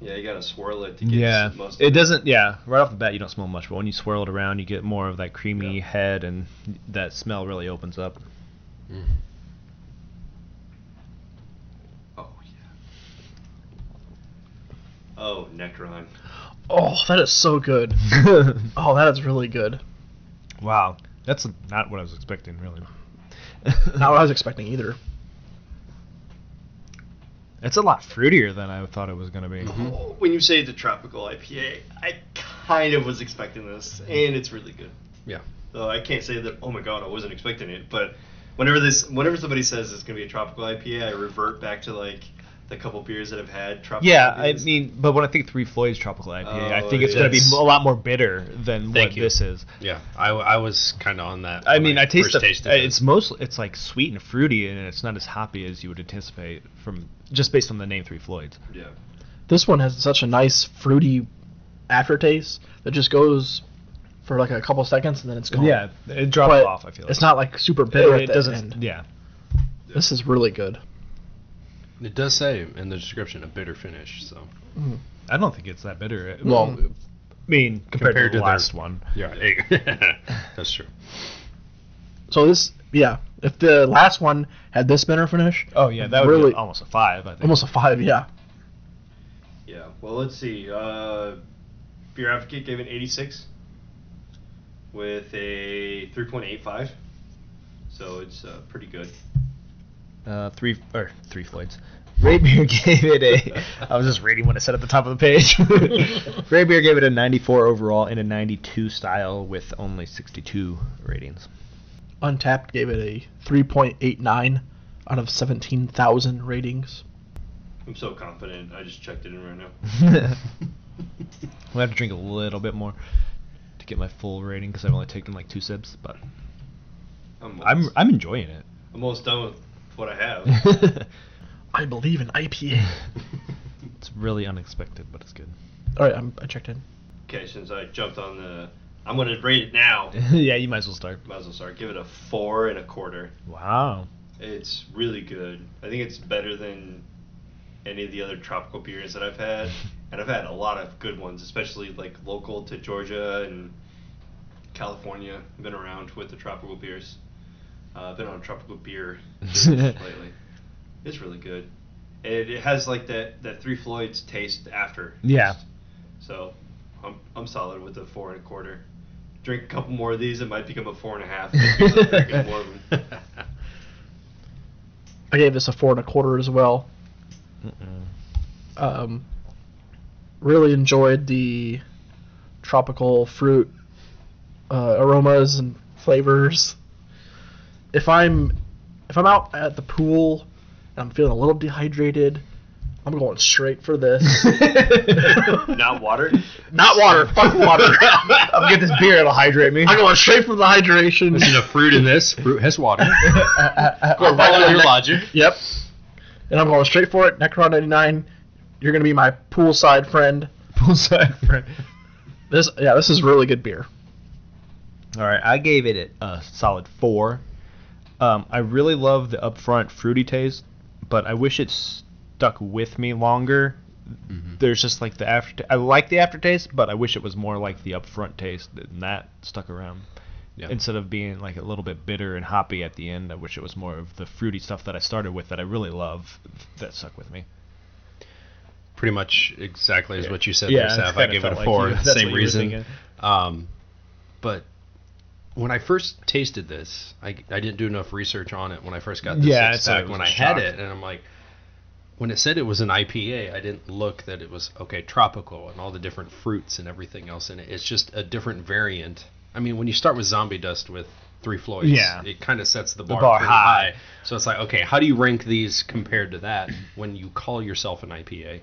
S1: Yeah, you gotta swirl it to get
S2: Yeah,
S1: s- most. of
S2: it doesn't. Yeah, right off the bat, you don't smell much, but when you swirl it around, you get more of that creamy
S1: Yeah.
S2: head, and that smell really opens up.
S3: Mm.
S1: Oh yeah. Oh Necron.
S4: Oh, that is so good. Oh, that is really good.
S2: wow, that's not what I was expecting, really.
S4: Not what I was expecting either.
S2: it's a lot fruitier than I thought it was gonna be.
S1: When you say the tropical IPA, I kind of was expecting this, and it's really good.
S3: Yeah.
S1: So I can't say that. Oh my god, I wasn't expecting it. But whenever this, whenever somebody says it's gonna be a tropical IPA, I revert back to like the couple beers that I've had. Tropical
S2: Yeah, I
S1: IPAs.
S2: mean, but when I think Three Floyds Tropical IPA, I
S1: Oh,
S2: think it's gonna be
S1: yes.
S2: a lot more bitter than
S3: Thank
S2: what
S3: you.
S2: this is.
S3: Yeah, I, I was kind of on that.
S2: I
S3: when
S2: mean, I, taste
S3: first
S2: the,
S3: tasted
S2: uh,
S3: it.
S2: it's mostly it's like sweet and fruity, and it's not as hoppy as you would anticipate from just based on the name Three Floyds.
S1: yeah,
S4: This one has such a nice fruity aftertaste that just goes for like a couple seconds and then it's gone.
S2: Yeah, it drops
S4: But
S2: off. I feel like
S4: It's not like super bitter
S2: It,
S4: at
S2: it
S4: the
S2: doesn't.
S4: end.
S2: Yeah,
S4: This is really good.
S3: It does say in the description a bitter finish, so
S2: I don't think it's that bitter. It-
S4: Well,
S2: I mean, compared,
S3: compared
S2: to the
S3: to
S2: last
S3: their-
S2: one.
S3: yeah, that's true.
S4: So this, yeah, if the last one had this bitter finish,
S2: Oh yeah, that would
S4: Really-
S2: be almost a five. I think.
S4: almost a five. Yeah.
S1: Yeah. Well, let's see. Uh, Beer Advocate gave an 86 with a 3.85, so it's uh, pretty good.
S2: uh, three or three Floyds. Raybeer gave it a. I was just reading what it said at the top of the page. Raybeer gave it a 94 overall and a 92 style with only 62 ratings.
S4: Untapped gave it a 3.89 out of 17,000 ratings.
S1: I'm so confident. I just checked it in right now.
S2: I'm gonna have to drink a little bit more to get my full rating because I've only taken like two sips, but
S1: I'm
S2: I'm
S1: almost,
S2: I'm enjoying it.
S1: I'm almost done with what I have.
S4: I believe in IPA.
S2: it's really unexpected, but it's good.
S4: All right, I'm, I checked in.
S1: okay, since I jumped on the, I'm gonna rate it now.
S2: yeah, you might as well start.
S1: Might as well start. Give it a four and a quarter.
S2: Wow.
S1: It's really good. I think it's better than any of the other tropical beers that I've had, and I've had a lot of good ones, especially like local to Georgia and California. I've been around with the tropical beers. Uh, I've been on a tropical beer binge lately. It's really good, and it has like that that Three Floyds taste after.
S2: Yeah.
S1: So, I'm I'm solid with a four and a quarter. Drink a couple more of these, it might become a four and a half. just because I'm drinking more of 'em.
S4: I gave this a four and a quarter as well.
S2: Mm-mm.
S4: Um, really enjoyed the tropical fruit uh, aromas and flavors. If I'm if I'm out at the pool and I'm feeling a little dehydrated, I'm going straight for this.
S1: Not water.
S4: Not water, fuck water.
S2: I'll get this beer; it'll hydrate me.
S4: I'm going straight for the hydration.
S3: There's enough fruit in this. Fruit has water.
S4: Go right on your
S3: logic.
S4: Yep. And I'm going straight for it. Necron 99, you're going to be my poolside friend.
S2: Poolside friend.
S4: This yeah, this is really good beer.
S2: All right, I gave it a, a solid four. Um, I really love the upfront fruity taste, but I wish it stuck with me longer.
S3: Mm-hmm.
S2: There's just like the after. I like the aftertaste, but I wish it was more like the upfront taste and that stuck around.
S3: Yeah.
S2: Instead of being like a little bit bitter and hoppy at the end, I wish it was more of the fruity stuff that I started with that I really love that stuck with me.
S3: Pretty much exactly as what you said
S2: Yeah,
S3: there,
S2: it's
S3: Saf. I
S2: kinda
S3: gave it
S2: felt
S3: a
S2: like
S3: four.
S2: you- that's what
S3: same
S2: you were
S3: reason.
S2: thinking.
S3: Um, but when I first tasted this, I, I didn't do enough research on it when I first got this
S2: Yeah,
S3: six
S2: I thought
S3: pack
S2: it was
S3: when
S2: a
S3: I
S2: shock.
S3: had it, and I'm like, when it said it was an IPA, I didn't look that it was okay tropical and all the different fruits and everything else in it. It's just a different variant. I mean, when you start with zombie dust with three Floyds,
S2: Yeah.
S3: it kind of sets the bar,
S2: bar
S3: pretty
S2: high.
S3: high. So it's like, okay, how do you rank these compared to that when you call yourself an IPA?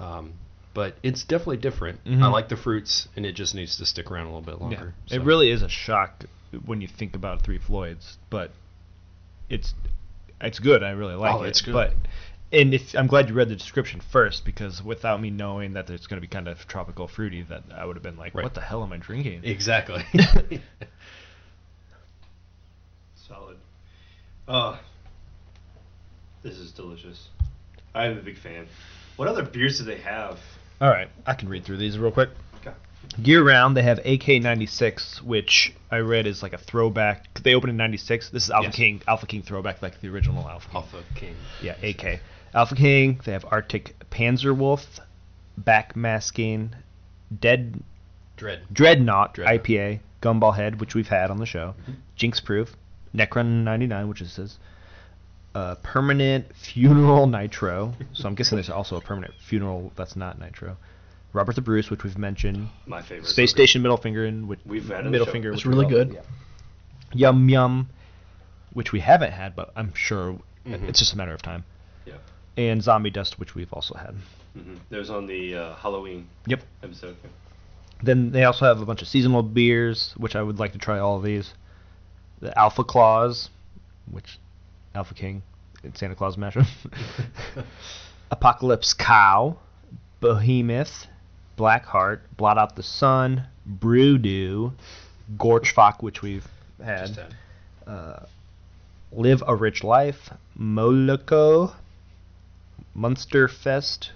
S3: Um, but it's definitely different. I
S2: Mhm.
S3: like the fruits, and it just needs to stick around a little bit longer.
S2: Yeah. It
S3: so.
S2: really is a shock when you think about Three Floyds, but it's it's good. I really like
S3: Oh,
S2: it.
S3: it's good.
S2: But and if I'm glad you read the description first because without me knowing that it's going to be kind of tropical fruity, that I would have been like,
S3: Right.
S2: what the hell am I drinking?
S3: exactly.
S1: Solid. Oh, this is delicious. I am a big fan. What other beers do they have?
S2: All right, I can read through these real quick.
S1: Okay.
S2: Year round, they have AK96, which I read is like a throwback. They opened in '96. This is Alpha
S3: Yes.
S2: King, Alpha King throwback, like the original Alpha King.
S3: Alpha King.
S2: Yeah, AK. Alpha King, they have Arctic Panzerwolf, Backmasking, Dead
S3: Dread.
S2: Dreadnought
S3: Dreadnought.
S2: IPA, Gumball Head, which we've had on the show, Jinx Proof, Necron 99, which is his, uh, Permanent Funeral Nitro. So I'm guessing there's also a permanent funeral that's not Nitro. Robert the Bruce, which we've mentioned.
S1: My favorite.
S2: Space Station Middle Finger, and which
S1: We've had on the
S2: Middle
S1: show.
S2: Finger.
S4: It's
S2: which we
S4: really
S2: love.
S4: good.
S2: Yum Yum, which we haven't had, but I'm sure
S3: Mhm.
S2: it's just a matter of time.
S1: Mm-hmm. Yeah.
S2: And Zombie Dust, which we've also had.
S1: Mm-hmm. There's on the uh, Halloween
S2: Yep.
S1: episode.
S2: Then they also have a bunch of seasonal beers, which I would like to try all of these. The Alpha Claws, which Alpha King and Santa Claus mashup. Apocalypse Cow, Behemoth, Black Heart, Blot Out the Sun, Brewdew, Gorchfach, which we've had,
S3: Just that.
S2: uh, Live a Rich Life, Moloko, Munsterfest,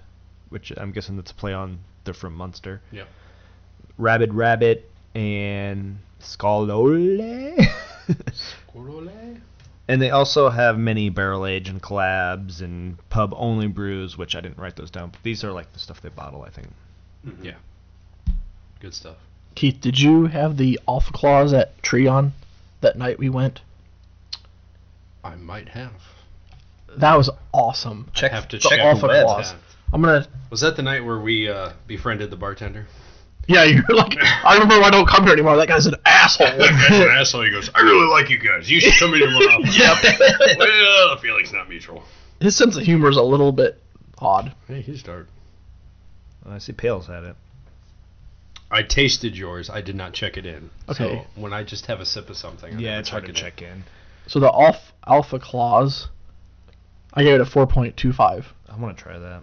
S2: which I'm guessing that's a play on they're from Munster,
S3: Yep.
S2: Rabid Rabbit, and Scalole.
S3: Corole?
S2: and they also have many barrel age and collabs and pub only brews, which I didn't write those down. But these are like the stuff they bottle, I think.
S3: Yeah. Good stuff.
S4: Keith, did you have the alpha claws at Treon that night we went?
S3: I might have.
S4: That was awesome.
S3: Check have to
S4: the
S3: check
S4: alpha
S3: web.
S4: claws. I'm gonna.
S3: Was that the night where we uh, befriended the bartender?
S4: Yeah, you're like. I remember why I don't come here anymore. That guy's an asshole.
S3: Oh, asshole. He goes, I really like you guys. You should come in tomorrow.
S4: yep.
S3: well, the feeling's not mutual.
S4: His sense of humor is a little bit odd.
S3: Hey, he's dark.
S2: I see Pale's had it.
S3: I tasted yours. I did not check it in.
S4: Okay.
S3: So when I just have a sip of something, I never it in.
S2: in.
S4: So the alpha alpha claws, I gave it a 4.25.
S2: I want to try that.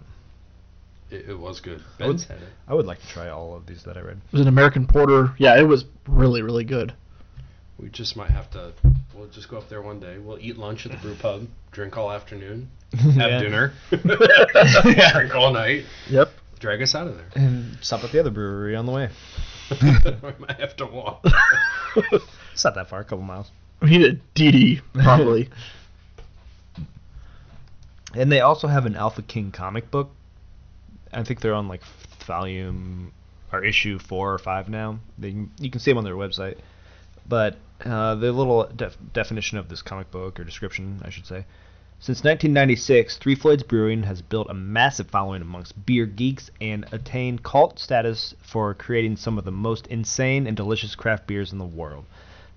S3: It, it was good.
S2: I would-
S3: Ben's had it.
S2: I would like to try all of these that I read.
S4: It was an American Porter. Yeah, it was really really good.
S3: We just might have to. We'll just go up there one day. We'll eat lunch at the brew pub, drink all afternoon, have
S2: Yeah.
S3: dinner, drink all night,
S4: Yep.
S3: drag us out of there.
S2: And stop at the other brewery on the way.
S3: I might have to walk.
S2: It's not that far, a couple miles.
S4: We need a DD probably.
S2: And they also have an Alpha King comic book. I think they're on like f- volume or issue four or five now. They can- you can see them on their website. But uh, the little def- definition of this comic book or description, I should say. Since 1996, Three Floyds Brewing has built a massive following amongst beer geeks and attained cult status for creating some of the most insane and delicious craft beers in the world.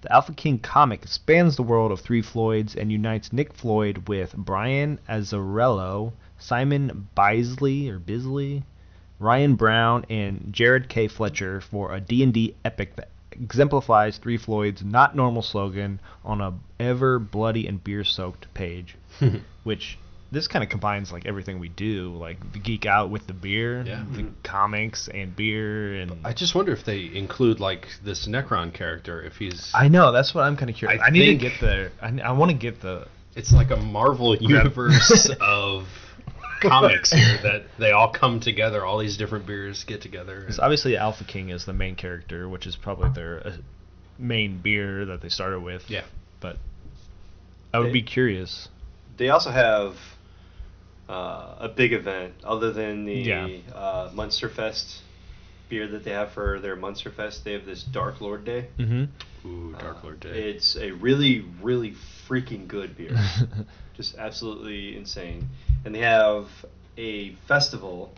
S2: The Alpha King comic spans the world of Three Floyds and unites Nick Floyd with Brian Azzarello, Simon Bisley or Bisley, Ryan Brown, and Jared K. Fletcher for a D&D epic that exemplifies Three Floyd's not normal slogan on a ever bloody and beer-soaked page, which this kind of combines like everything we do, like the geek out with the beer,
S3: Yeah. Mm-hmm.
S2: the comics and beer and
S3: I just wonder if they include like this Necron character. If he's,
S2: I know that's what I'm kind of curious.
S3: I
S2: I, need
S3: think-
S2: to get the. I, I want to get the.
S3: it's like a Marvel universe of comics here that they all come together. All these different beers get together.
S2: Because obviously Alpha King is the main character, which is probably their uh, main beer that they started with.
S3: Yeah.
S2: But I would be curious.
S1: They also have uh, a big event other than the
S2: Yeah.
S1: uh, Munsterfest beer that they have for their Munsterfest. They have this Dark Lord Day. Uh,
S2: Mm-hmm.
S3: Ooh, Dark Lord Day.
S1: It's a really, really freaking good beer. Just absolutely insane. And they have a festival.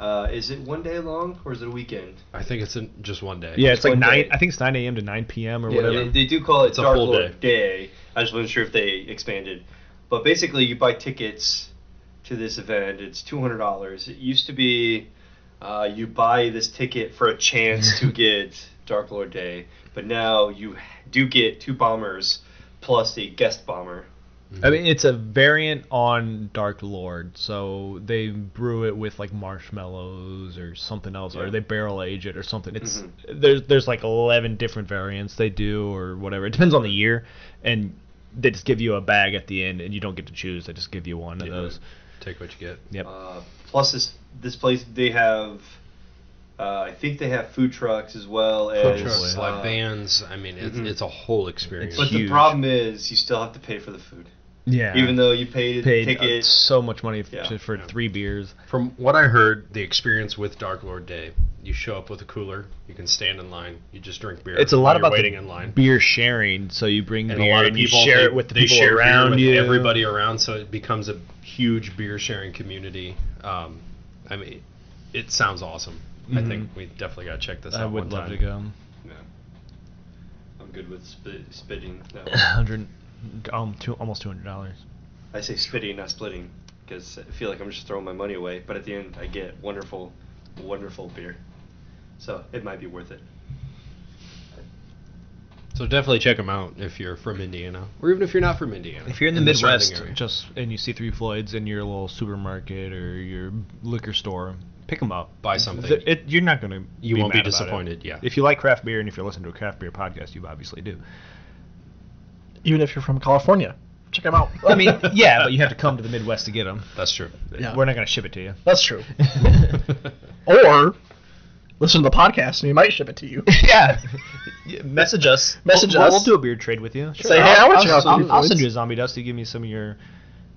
S1: Uh, is it one day long or is it a weekend?
S3: I think it's in just one day.
S2: Yeah, it's like
S1: one
S2: nine.
S1: day.
S2: I think it's nine a.m. to nine p.m. or
S1: Yeah,
S2: whatever.
S1: They, they do call it
S3: It's a
S1: Dark
S3: full
S1: Lord Day. I just wasn't sure if they expanded. But basically, you buy tickets to this event. It's two hundred dollars. It used to be uh, you buy this ticket for a chance to get Dark Lord Day, but now you do get two bombers plus a guest bomber.
S3: Mm-hmm.
S2: I mean, it's a variant on Dark Lord, so they brew it with like marshmallows or something else, or
S1: Yeah.
S2: they barrel age it or something. It's there's there's like eleven different variants they do or whatever. It depends on the year, and they just give you a bag at the end, and you don't get to choose. They just give you one of
S3: Yeah.
S2: those.
S3: Take what you get.
S2: Yep.
S1: Uh, plus this this place they have. Uh, I think they have food trucks as well as
S3: Trucks,
S1: uh,
S3: live bands. I mean, it's,
S2: mm-hmm.
S1: mhm.
S3: it's a whole experience.
S1: But the
S2: Huge.
S1: problem is, you still have to pay for the food,
S2: yeah.
S1: even though you paid,
S2: paid
S1: a ticket.
S2: uh, so much money f-
S1: Yeah.
S2: to- for three beers.
S3: From what I heard, the experience with Dark Lord Day, you show up with a cooler, you can stand in line, you just drink beer.
S2: It's a
S3: while
S2: lot
S3: you're
S2: about the
S3: waiting in line.
S2: beer sharing. So you bring
S3: And
S2: beer
S3: a lot of
S2: and you
S3: people
S2: share
S3: they-
S2: it with the
S3: they
S2: people
S3: share beer
S2: around
S3: with
S2: you.
S3: everybody around, so it becomes a huge beer sharing community. Um, I mean, it sounds awesome.
S2: Mm-hmm.
S3: I think we definitely got to check this out.
S2: I would
S3: one
S2: love to
S3: time.
S2: go.
S1: Yeah. I'm good with spit, spitting. No.
S2: Hundred, um, two, almost two hundred dollars.
S1: I say spitting, not splitting, because I feel like I'm just throwing my money away. But at the end, I get wonderful, wonderful beer. So it might be worth it.
S3: So definitely check them out if you're from Indiana, or even if you're not from Indiana.
S2: If you're in the
S3: and surrounding
S2: Midwest,
S3: area.
S2: just and you see three Floyds in your little supermarket or your liquor store, pick them up.
S3: Buy something.
S2: Th- it- you're not gonna.
S3: You
S2: be
S3: won't be
S2: mad about it.
S3: disappointed, yeah.
S2: If you like craft beer and if you're listening to a craft beer podcast, you obviously do.
S4: Even if you're from California, check them out.
S2: I mean, yeah, but you have to come to the Midwest to get them.
S3: that's true.
S4: Yeah.
S2: We're not gonna ship it to you.
S4: That's true. Or listen to the podcast and we might ship it to you.
S2: yeah. Message us.
S4: Message
S2: we'll,
S4: us.
S2: We'll do a beer trade with you. Sure.
S4: Say, hey, I
S2: I'll,
S4: want
S2: I'll-
S4: your Zombie
S2: I'll- I'll send
S4: Floyds.
S2: you a zombie dust. You give me some of your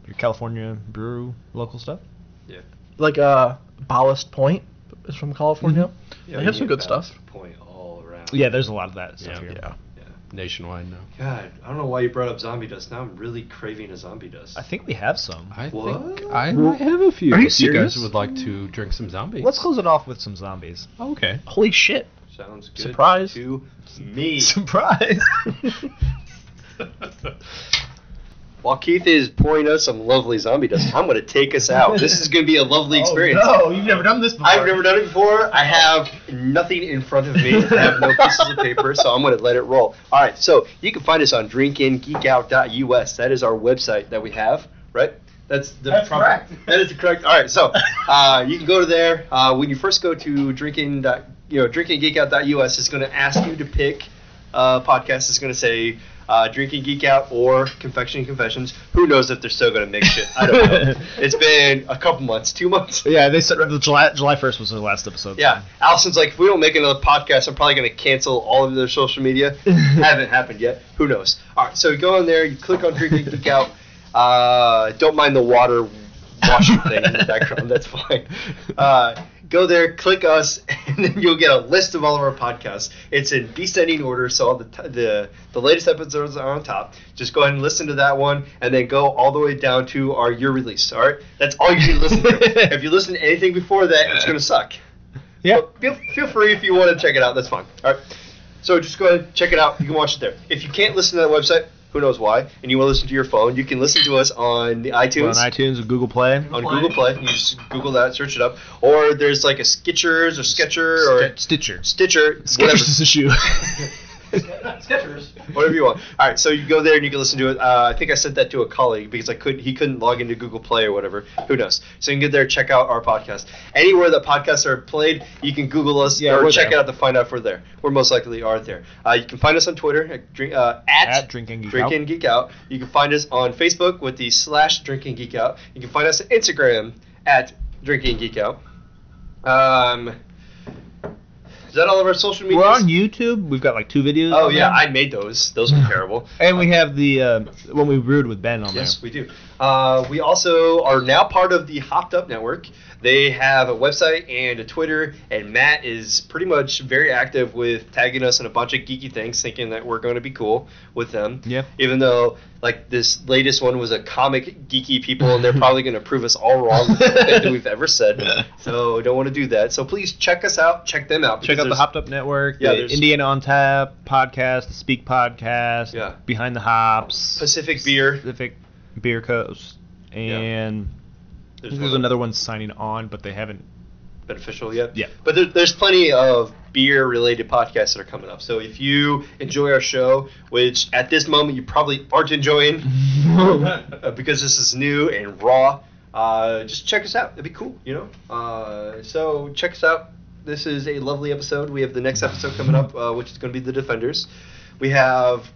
S2: your California brew local stuff.
S1: Yeah.
S4: like uh, Ballast Point is from California. they have some good stuff.
S1: Point all around.
S2: Yeah, there's a lot of that stuff
S3: Yeah.
S2: here.
S4: Yeah.
S1: Yeah.
S3: Nationwide now.
S1: God, I don't know why you brought up zombie dust. Now I'm really craving a zombie dust.
S2: I think we have some.
S3: I
S1: What?
S3: think I might have a few.
S4: Are you
S3: if you guys
S4: serious?
S3: would like to drink some zombies.
S2: Let's close it off with some zombies.
S3: Oh, okay.
S4: Holy shit.
S1: Sounds good
S4: Surprise.
S1: to me.
S2: Surprise!
S1: While Keith is pouring us some lovely zombie dust, I'm going to take us out. This is going to be a lovely experience.
S2: Oh, you've never done this before.
S1: I've never done it before. I have nothing in front of me. I have no pieces of paper, so I'm going to let it roll. All right, so you can find us on drinkingeekout.us. That is our website that we have, right? That's the
S2: That's correct.
S1: That is the correct. All right, so uh, you can go to there. Uh, when you first go to drinking, dot- you know, drinkingeekout.us, it's going to ask you to pick uh, podcast is going to say uh, Drinking Geek Out or Confection Confessions. Who knows if they're still going to make shit? I don't know. it's been a couple months, two months.
S2: Yeah, they said the July July first was their last episode.
S1: Yeah, Allison's like, if we don't make another podcast, I'm probably going to cancel all of their social media. Haven't happened yet. Who knows? All right, so you go in there, you click on Drinking Geek Out. Uh, don't mind the water washing thing in the background. That's fine. Uh, go there, click us, and then you'll get a list of all of our podcasts. It's in descending order, so all the t- the the latest episodes are on top. Just go ahead and listen to that one, and then go all the way down to our year release. All right, that's all you need to listen to. if you listen to anything before that, it's gonna suck.
S2: yeah.
S1: Feel, feel free if you want to check it out. That's fine. All right. So just go ahead and check it out. You can watch it there. If you can't listen to that website, who knows why, and you want to listen to your phone, you can listen to us on the
S2: We're
S1: iTunes.
S2: on iTunes or Google Play.
S1: on Google Play, you just Google that, search it up, or there's like a Skechers or Sketcher or
S2: Sti- Stitcher.
S1: Stitcher,
S2: Sketchers is a shoe.
S1: whatever, whatever you want. All right, so you go there and you can listen to it. Uh, I think I sent that to a colleague because I couldn't, he couldn't log into Google Play or whatever. Who knows? So you can get there, check out our podcast. Anywhere that podcasts are played, you can Google us
S2: Yeah,
S1: or
S2: we're
S1: check
S2: there.
S1: it out to find out if we're there. We're most likely are there. Uh, you can find us on Twitter at, drink, uh,
S2: At Drinking Geek
S1: Drinking
S2: Out.
S1: Geek Out. You can find us on Facebook with the slash Drinking Geek Out. You can find us on Instagram at Drinking Geek Out. Um, is that all of our social media?
S2: We're on YouTube. We've got like two videos.
S1: Oh
S2: on
S1: yeah,
S2: there.
S1: I made those. Those are terrible.
S2: and we have the uh, when we brewed with Ben on
S1: Yes,
S2: there.
S1: we do. Uh, we also are now part of the Hopped Up Network. They have a website and a Twitter, and Matt is pretty much very active with tagging us in a bunch of geeky things, thinking that we're going to be cool with them.
S2: Yeah.
S1: Even though, like, this latest one was a comic geeky people, and they're probably going to prove us all wrong with everything we've ever said. So don't want to do that. So please check us out. Check them out.
S2: Check
S1: because
S2: out the
S1: there's-
S2: Hopped Up Network,
S1: Yeah,
S2: the
S1: there's-
S2: Indiana on Tap podcast, the Speak podcast,
S1: Yeah.
S2: Behind the Hops,
S1: Pacific Beer.
S2: Pacific Beer Coast, and I think there's
S1: one-
S2: another one signing on, but they haven't.
S1: beneficial yet.
S2: Yeah.
S1: But there, there's plenty of beer related podcasts that are coming up. So if you enjoy our show, which at this moment you probably aren't enjoying uh, because this is new and raw, uh, just check us out. It'd be cool, you know? Uh, so check us out. This is a lovely episode. We have the next episode coming up, uh, which is going to be The Defenders. We have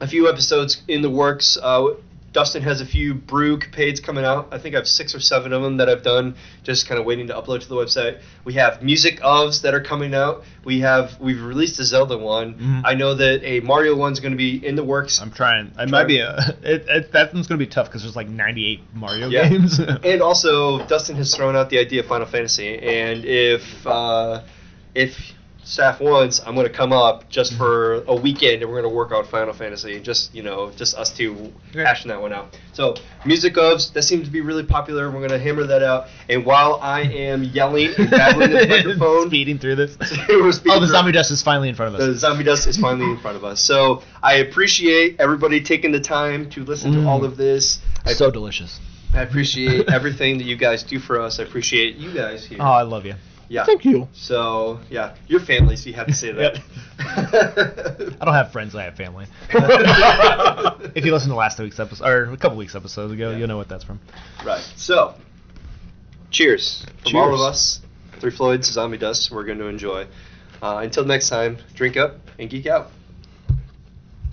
S1: a few episodes in the works. Uh, Dustin has a few brew capades coming out. I think I have six or seven of them that I've done, just kind of waiting to upload to the website. We have music ofs that are coming out. We have we've released a Zelda one.
S2: Mhm.
S1: I know that a Mario one's going to be in the works.
S2: I'm trying. It might be a. It, it, that one's gonna be tough because there's like 98 Mario
S1: Yeah.
S2: games.
S1: and also, Dustin has thrown out the idea of Final Fantasy, and if uh, if staff wants, I'm going to come up just for a weekend, and we're going to work on Final Fantasy, just you know, just us two
S2: Yeah.
S1: hashing that one out. So, music ofs that seems to be really popular. and We're going to hammer that out. And while I am yelling and babbling in the microphone,
S2: Speeding through this.
S1: we're speeding
S2: oh, the
S1: through-
S2: zombie dust is finally in front of us.
S1: the zombie dust is finally in front of us. So I appreciate everybody taking the time to listen to
S2: Mm.
S1: all of this. I
S2: so delicious.
S1: I appreciate everything that you guys do for us. I appreciate you guys here.
S2: Oh, I love you.
S1: Yeah.
S4: Thank you.
S1: So yeah, your family, so you have to say that.
S2: I don't have friends. I have family. if you listen to last week's episode or a couple weeks episodes ago,
S1: Yeah.
S2: you'll know what that's from.
S1: Right. So, cheers from all of
S3: Cheers.
S1: us. Three Floyds, Zombie Dust. We're going to enjoy. Uh, until next time, drink up and geek out.